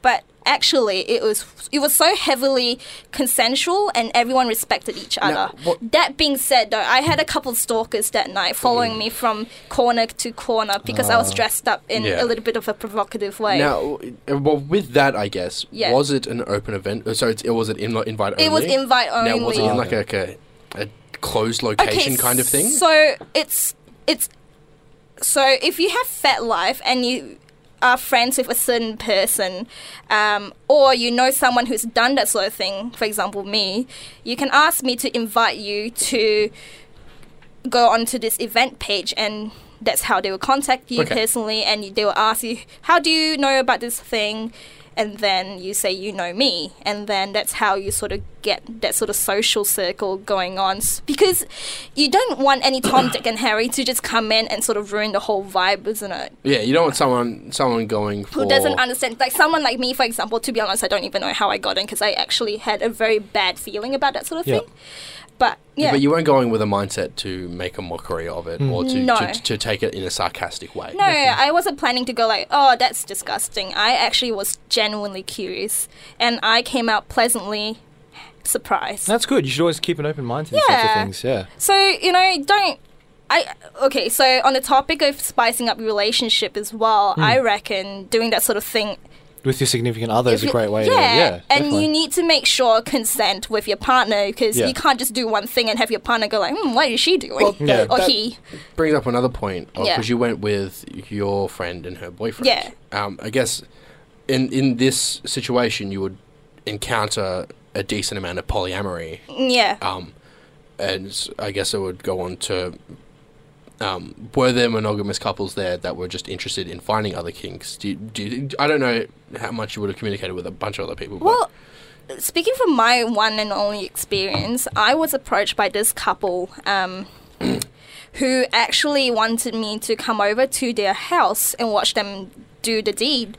But actually, it was it was so heavily consensual and everyone respected each other.
what-
that being said, though, I had a couple stalkers that night following me from corner to corner because I was dressed up in
Ah. Yeah.
a little bit of a provocative way.
Now, uh, well, with that, I guess,
Yeah.
was it an open event? Uh, So it's, it was it in, invite only?
It was invite only.
Now, was it in like a, like a, a closed location kind of thing?
So it's it's so if you have fat life and you are friends with a certain person, um, or you know someone who's done that sort of thing, for example, me, you can ask me to invite you to go onto this event page and. That's how they will contact you
Okay.
personally, and you- they will ask you, "How do you know about this thing?" And then you say, "You know me," and then that's how you sort of get that sort of social circle going on. S- Because you don't want any Tom, Dick, and Harry to just come in and sort of ruin the whole vibe, isn't it?
yeah, you don't want someone someone going for
Who doesn't understand? Like someone like me, for example. To be honest, I don't even know how I got in because I actually had a very bad feeling about that sort of
Yeah.
thing. But yeah,
But you weren't going with a mindset to make a mockery of it or to,
No.
to, to take it in a sarcastic way.
No, I wasn't planning to go like, oh, that's disgusting. I actually was genuinely curious, and I came out pleasantly surprised.
That's good. You should always keep an open mind to these sorts of
Yeah.
things. Yeah.
So you know, don't. I okay. So on the topic of spicing up your relationship as well, I reckon doing that sort of thing
With your significant other is a
if you-
great way.
Yeah,
to, yeah
and
definitely.
you need to make sure consent with your partner because
Yeah.
you can't just do one thing and have your partner go like, hmm, what is she doing?
Well,
Yeah.
Or
that-
he.
Brings up another point because
Yeah.
you went with your friend and her boyfriend.
Yeah.
Um, I guess in in this situation you would encounter a decent amount of polyamory.
Yeah.
Um, and s- I guess it would go on to um, were there monogamous couples there that were just interested in finding other kinks? Do you, do you, I don't know how much you would have communicated with a bunch of other people. but-
Well, speaking from my one and only experience, I was approached by this couple um, [CLEARS THROAT] who actually wanted me to come over to their house and watch them do the deed.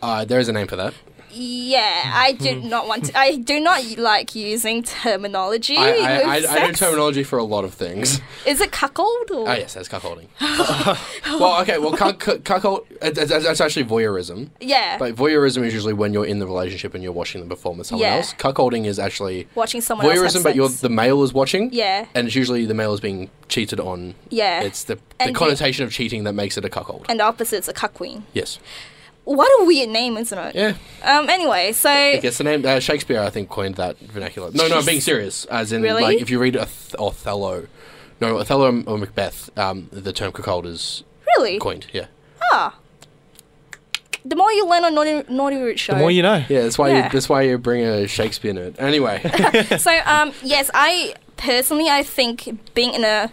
uh, there is a name for that.
Yeah, I
Hmm.
do not want to. I do not like using terminology.
I, I,
with
I, I do
sex.
terminology for a lot of
[LAUGHS]
things.
Is it cuckold or?
Oh yes, that's cuckolding. [LAUGHS] well, okay. Well, cuck, cuck, cuckold. uh, That's, that's actually voyeurism.
Yeah.
But voyeurism is usually when you're in the relationship and you're watching them perform with someone
Yeah.
else. Cuckolding is actually
Watching someone else have
voyeurism, but you're
sex.
the male is watching.
Yeah.
And it's usually the male is being cheated on.
Yeah.
It's the, the
And the-
connotation of cheating that makes it a cuckold.
and the opposite's a cuck queen.
yes.
What a weird name, isn't it?
Yeah.
Um. Anyway, so
I guess the name uh, Shakespeare, I think, coined that vernacular. No, no, I'm being serious. As in,
Really?
like, if you read Oth- Othello, no, Othello or Macbeth, um, the term cuckold is
really, Ah.
coined. Yeah.
the more you learn on naughty, naughty root show,
The more you know.
Yeah, that's why
Yeah.
You, that's why you bring a Shakespeare nerd.
[LAUGHS]
Anyway,
so um, yes, I personally I think being in a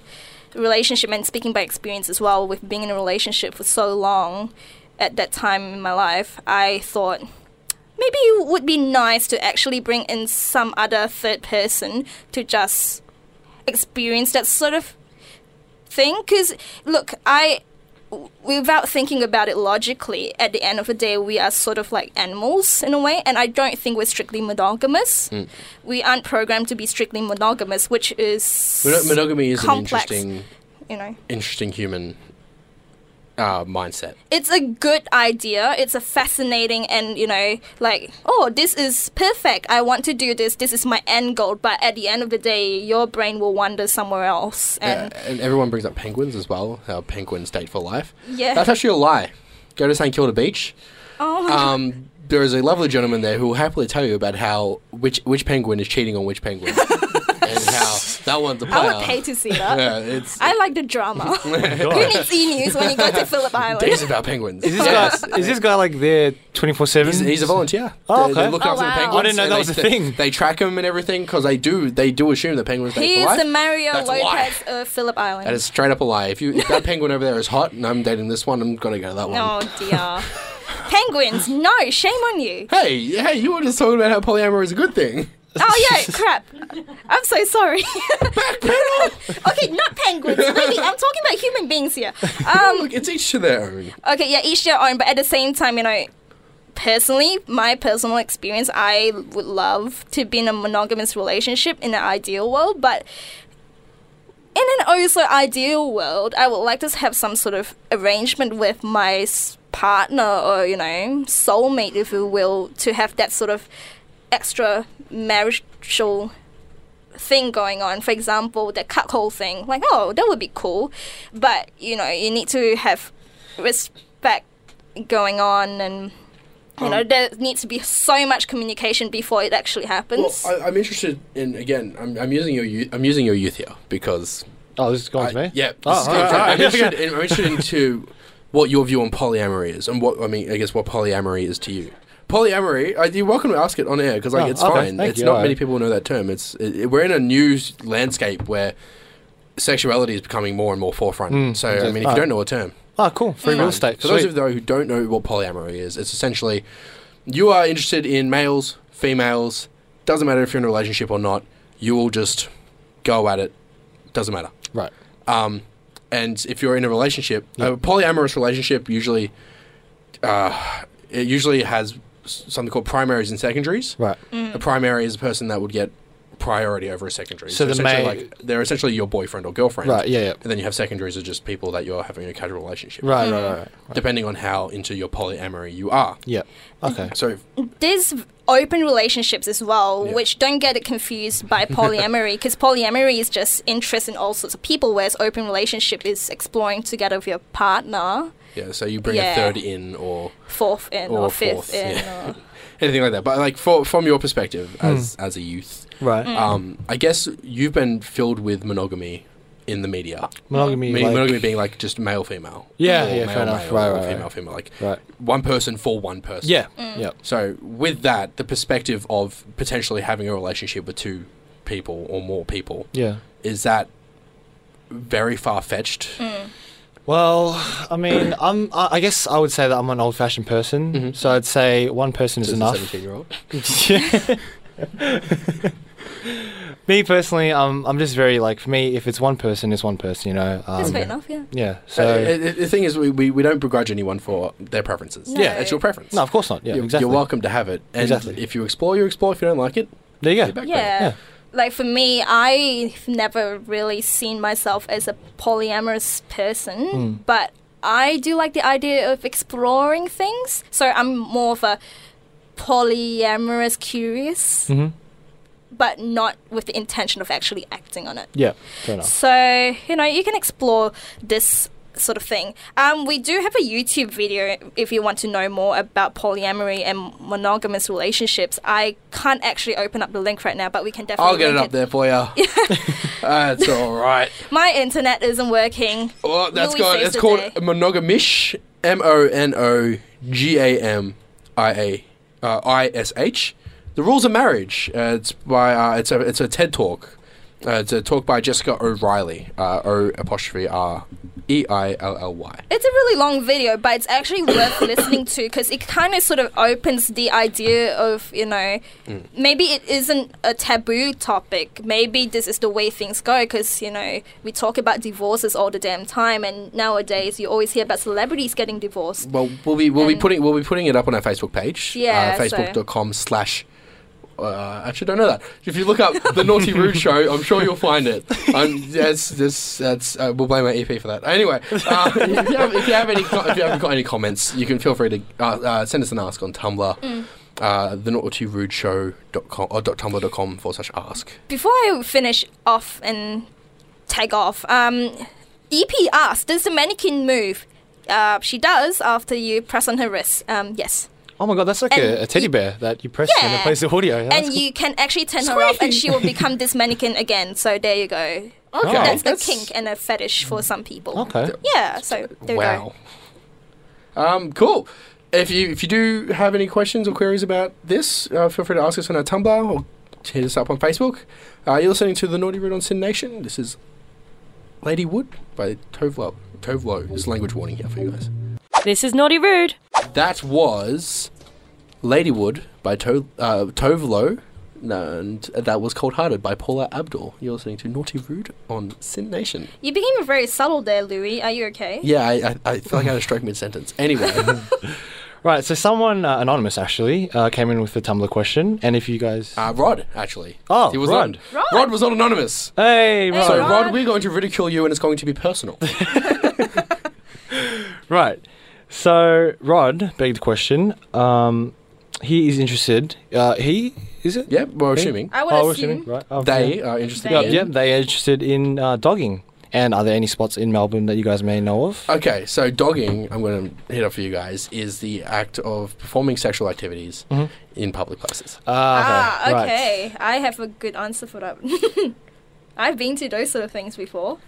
relationship and speaking by experience as well with being in a relationship for so long at that time in my life, I thought maybe it would be nice to actually bring in some other third person to just experience that sort of thing because look i w- without thinking about it logically at the end of the day we are sort of like animals in a way and i don't think we're strictly monogamous
Mm.
we aren't programmed to be strictly monogamous which is
mono- monogamy is
complex,
an interesting,
you know
interesting human uh, mindset.
it's a good idea. It's a fascinating and you know, like, oh, this is perfect. I want to do this. This is my end goal. But at the end of the day, your brain will wander somewhere else. And
Yeah, Uh, and everyone brings up penguins as well. How penguins date for life.
Yeah.
that's actually a lie. Go to St Kilda Beach.
oh,
Um, there is a lovely gentleman there who will happily tell you about how which which penguin is cheating on which penguin,
[LAUGHS]
and how that one's a player.
[LAUGHS] I would pay to see that.
yeah, it's
I like the
[LAUGHS]
drama. Who needs e-news when you go to Phillip Island?
days about penguins.
Is this guy? Is this guy like there twenty four seven?
He's, he's a volunteer.
Oh,
They- They,
okay.
look
Oh,
after the
wow.
penguins.
I
didn't know
and
that
they-
was a
they-
thing.
They track him and everything because they do. They do assume the penguins date for
He's
life.
the Mario
That's a lie.
Lopez of Phillip Island.
That is straight up a lie. If you if that penguin over there is hot and I'm dating this one, I'm gonna go to that one.
oh
[LAUGHS]
dear. Penguins, no, shame on you.
Hey, hey, you were just talking about how polyamory is a good thing.
Oh yeah, crap. I'm so sorry. [LAUGHS] okay, not penguins. Really, I'm talking about human beings here. Um,
[LAUGHS] Look, it's each to their own.
okay, yeah, each their own, but at the same time, you know, personally, my personal experience, I would love to be in a monogamous relationship in an ideal world, but in an also ideal world, I would like to have some sort of arrangement with my s- partner or, you know, soulmate, if you will, to have that sort of extra marital thing going on. For example, the cuckold thing. Like, oh, that would be cool. But, you know, you need to have respect going on and you know,
Um,
there needs to be so much communication before it actually
Well,
happens.
I, I'm interested in again. I'm, I'm using your youth, I'm using your youth here because
Oh, this is going to
I-
me.
yeah. this
Oh,
is-
all right, all [LAUGHS]
I'm
right.
interested. In, I'm interested into what your view on polyamory is and what I mean. I guess what polyamory is to you. Polyamory. Uh, you're welcome to ask it on air because like
Oh,
it's
okay,
fine.
thank
It's
you,
not
all
many
right.
people know that term. It's it, it- we're in a new s- landscape where sexuality is becoming more and more forefront.
Mm,
so I mean, if you don't know a term,
Oh, cool. Free real estate.
for those
Sweet.
of you who don't know what polyamory is, it's essentially you are interested in males, females, doesn't matter if you're in a relationship or not, you will just go at it, doesn't matter.
Right.
Um, and if you're in a relationship, a polyamorous relationship usually uh, it usually has s- something called primaries and secondaries.
Right.
A primary is a person that would get priority over a secondary.
So the
essentially,
ma-
like they're essentially your boyfriend or girlfriend.
Right, yeah, yeah.
And then you have secondaries are just people that you're having a casual relationship. with
Right. Right. Right. right.
depending on how into your polyamory you are.
Yeah.
[LAUGHS]
Okay.
So,
There's open relationships as well,
Yeah.
which don't get it confused by polyamory, because polyamory is just interest in all sorts of people, whereas open relationship is exploring together with your partner,
yeah, so you bring a
Yeah.
third in or
fourth in or,
Or
fifth
fourth,
in.
yeah.
Or,
anything like that. But like for, from your perspective
Hmm.
as as a youth,
Right.
um, I guess you've been filled with monogamy in the media.
Monogamy.
Meaning
like-
monogamy being like just male female.
Yeah,
Or
yeah, fair enough. Right,
or
right, right.
female Mm. female like
Right.
one person for one person.
Yeah. Yeah.
So with that, the perspective of potentially having a relationship with two people or more people
Yeah.
is that very far fetched.
Hmm. Well, I mean, I'm. I I guess I would say that I'm an old-fashioned person,
Mm-hmm.
so I'd say one person is enough.
Seventeen year old.
[LAUGHS] Yeah. me personally, um, I'm just very like for me, if it's one person, it's one person. You know. Um,
That's fair enough, yeah.
Yeah.
So
So.
Uh, the thing is, we, we, we don't begrudge anyone for their preferences.
No. Yeah.
it's your preference.
no, of course not. Yeah,
you're,
exactly.
you're welcome to have it. And
Exactly.
if you explore, you explore. If you don't like it,
There you
you
go.
back
Yeah.
Yeah.
Like for me, I've never really seen myself as a polyamorous person, but I do like the idea of exploring things. So I'm more of a polyamorous curious,
hmm
but not with the intention of actually acting on it.
Yeah. Fair enough.
So, you know, you can explore this sort of thing. Um, we do have a YouTube video if you want to know more about polyamory and monogamous relationships. I can't actually open up the link right now, but we can definitely.
I'll get it
link
up there for
[LAUGHS]
you. that's all right.
My internet isn't working.
Well, Oh, that's
Louis
gone.
saves
It's
the
called
day.
monogamish. M O N O G A M I A uh, I S H. The rules of marriage. Uh, it's by uh, it's a it's a TED talk. Uh, it's a talk by Jessica O'Reilly. Uh, o apostrophe R E I L L Y.
It's a really long video, but it's actually worth listening to because it kind of sort of opens the idea of, you know, maybe it isn't a taboo topic. Maybe this is the way things go because, you know, we talk about divorces all the damn time, and nowadays you always hear about celebrities getting divorced.
Well, we'll be we'll be
And-
putting we'll be putting it up on our Facebook page.
Yeah,
uh,
so-
facebook.com slash. Uh, actually, don't know that. If you look up the Naughty
[LAUGHS]
Rude Show, I'm sure you'll find it. I'm, that's this. That's uh, we'll blame our EP for that. Anyway, uh, [LAUGHS] if, you have, if you have any co- if you haven't got any comments, you can feel free to uh, uh, send us an ask on Tumblr.
Mm.
Uh, the naughty rude show.com or tumblr.com forward slash ask.
Before I finish off and tag off, um, EP asks, Does the mannequin move? Uh, she does after you press on her wrist. Um, yes.
Oh my god, that's like
And
a, a teddy
you-
bear that you press and it
Yeah.
plays the audio. Yeah, that's
and
cool.
you can actually turn her off and she will become this mannequin again. So there you go.
Okay.
That's,
That's-
a kink and a fetish for some people.
Okay.
Yeah, so there you go.
Wow. Um, cool. If you if you do have any questions or queries about this, uh, feel free to ask us on our Tumblr or hit us up on Facebook. Uh, you're listening to the Naughty Root on Sin Nation. This is Lady Wood by Tovlo. Tovlo. There's language warning here for you guys.
This is Naughty Rude.
That was Lady Wood by to- uh, Tovlo. No, and that was Cold Hearted by Paula Abdul. You're listening to Naughty Rude on Sin Nation.
You became very subtle there, Louis. Are you okay?
Yeah, I, I, I feel like I had a stroke mid sentence. Anyway, [LAUGHS]
Right. So someone uh, anonymous actually uh, came in with a Tumblr question, and if you guys,
Uh, Rod, actually.
Oh,
he was
Rod.
Not, Rod. was not anonymous.
hey,
Hey,
right,
So,
Rod.
Rod, we're going to ridicule you and it's going to be
[LAUGHS]
personal.
right. So Rod begged the question. Um, he is interested. Uh, he is it?
yep, we're
Hey.
assuming.
I would
Oh, we're
assume.
assuming, right. Oh,
They
yeah.
are interested
Yeah,
in.
yeah, they are interested in uh, dogging. And are there any spots in Melbourne that you guys may know of?
Okay, so dogging, I'm going to hit up for you guys, is the act of performing sexual activities
Mm-hmm.
in public places.
Ah,
Ah,
right.
okay. I have a good answer for that. [LAUGHS] I've been to those sort of things before.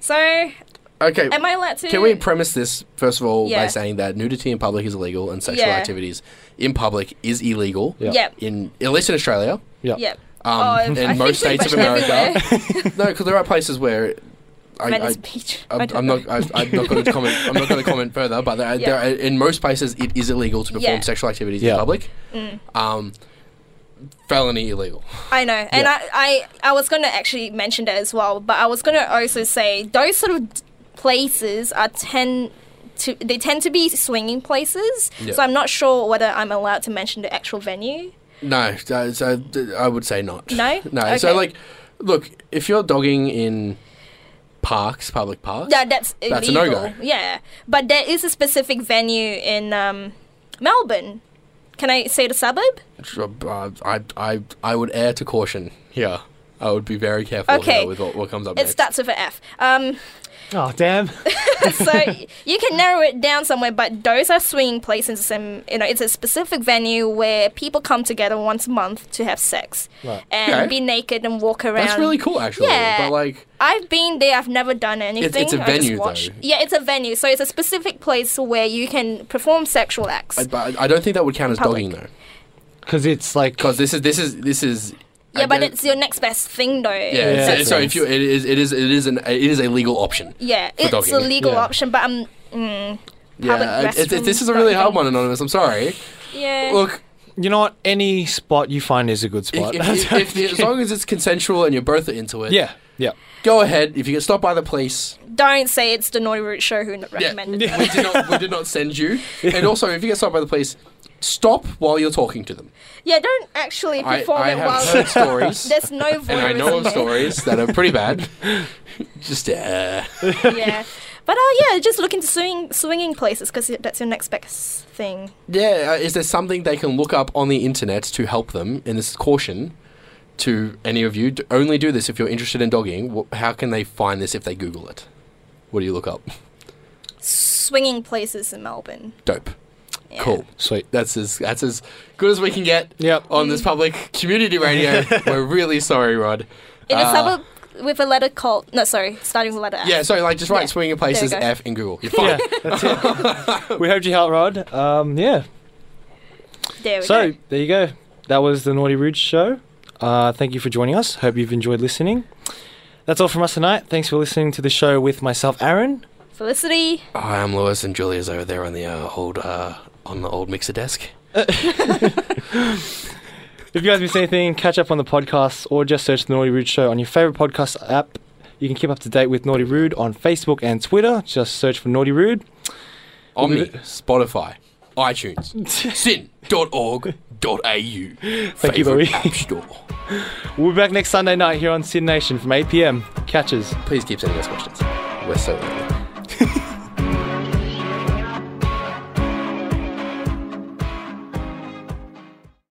So, am
Okay,
I allowed to?
can we premise this, first of all, by
Yeah.
saying that nudity in public is illegal and sexual
Yeah.
activities in public is illegal,
Yeah.
Yep.
in, at least in Australia,
Yeah.
Yep.
um,
Oh, I
in
think
most
pretty
states of
much
America.
everywhere.
no, because there are places where. [LAUGHS] I, I,
Venice Beach. I
I'm,
don't
I'm
know.
not. I, I'm not
[LAUGHS]
going to comment. I'm not going to comment further. But there, there, in most places, it is illegal to perform
Yeah. Mm.
sexual activities
Yeah.
in public. Um, felony illegal.
I know, and I, I I was going to actually mention that as well, but I was going to also say those sort of d- places are tend to they tend to be swinging places.
Yeah.
So I'm not sure whether I'm allowed to mention the actual venue.
No, so so th- I would say not.
No?
no. So
Okay.
like, look, if you're dogging in parks, public parks,
Yeah, that's illegal.
That's a no-go.
Yeah, but there is a specific venue in um, Melbourne. Can I say the suburb?
uh, I, I, I would err to caution here. I would be very careful here
Okay.
with what, what comes up
It
next.
starts with an F. Um,
Oh damn.
[LAUGHS] so you can narrow it down somewhere, but those are swinging places, and you know it's a specific venue where people come together once a month to have sex
Right.
and
Okay.
be naked and walk around.
That's really cool, actually.
Yeah.
But like,
I've been there. I've never done anything.
it's a
I just
venue, though.
watched. Yeah, it's a venue. So it's a specific place where you can perform sexual acts.
I, but I don't think that would count as
Public.
dogging though,
Because it's like
because this is this is this is.
yeah, but
again-
it's your next best thing, though.
Yeah,
Yeah.
So, so if you, it is, it is, it is an, it is a legal option.
Yeah,
For
it's
dogging.
a legal
Yeah.
option, but I'm. Mm,
Yeah,
Public
it- it-
restroom
this is a really hard
dogging.
one, anonymous. I'm sorry. [LAUGHS]
yeah.
Look,
you know what? Any spot you find is a good
If,
spot.
if, if, [LAUGHS] if, as long as it's consensual and you're both into it,
[LAUGHS] yeah, yeah.
go ahead. If you get stopped by the police,
Don't say it's the Naughty Root show who
Yeah.
recommended
[LAUGHS] we, did not, we did not send [LAUGHS] you. And also, if you get stopped by the police, stop while you're talking to them.
it. Yeah, don't actually
I,
perform
I
it
have
while
heard stories,
[LAUGHS] there's no voice.
and I know of stories that are pretty [LAUGHS] bad. Just uh,
[LAUGHS] yeah, but uh, yeah, just look into swing, swinging places because that's your next best thing.
yeah, uh, is there something they can look up on the internet to help them? And this is caution to any of you: d- only do this if you're interested in dogging. Wh- How can they find this if they Google it? What do you look up? [LAUGHS]
Swinging places in Melbourne.
Dope.
Yeah.
Cool.
Sweet.
That's as that's as good as we can get
Yep.
on
Mm.
this public community
[LAUGHS]
radio. We're really sorry, Rod.
In a
Uh,
suburb with a letter called no, sorry, starting with a letter F.
Yeah, so like just write
Ah. Yeah.
swinging
you
places
go.
F in Google. You're
[LAUGHS]
fine.
that's
[LAUGHS]
it. we hoped you helped, Rod. Um, yeah.
There we
So
go.
there you go. That was the Naughty Rude show. Uh, thank you for joining us. Hope you've enjoyed listening. That's all from us tonight. Thanks for listening to the show with myself, Aaron.
Felicity.
Hi, I'm Lewis and Julia's over there on the uh, old uh, on the old mixer desk.
If you guys miss anything, catch up on the podcast or just search the Naughty Rude show on your favorite podcast app. You can keep up to date with Naughty Rude on Facebook and Twitter. Just search for Naughty Rude.
Omni, Spotify, iTunes, sin.org.au. Thank
you, Louis.
App store.
We'll be back next Sunday night here on Sin Nation from 8 p.m. Catches.
Please keep sending us questions. We're so lonely.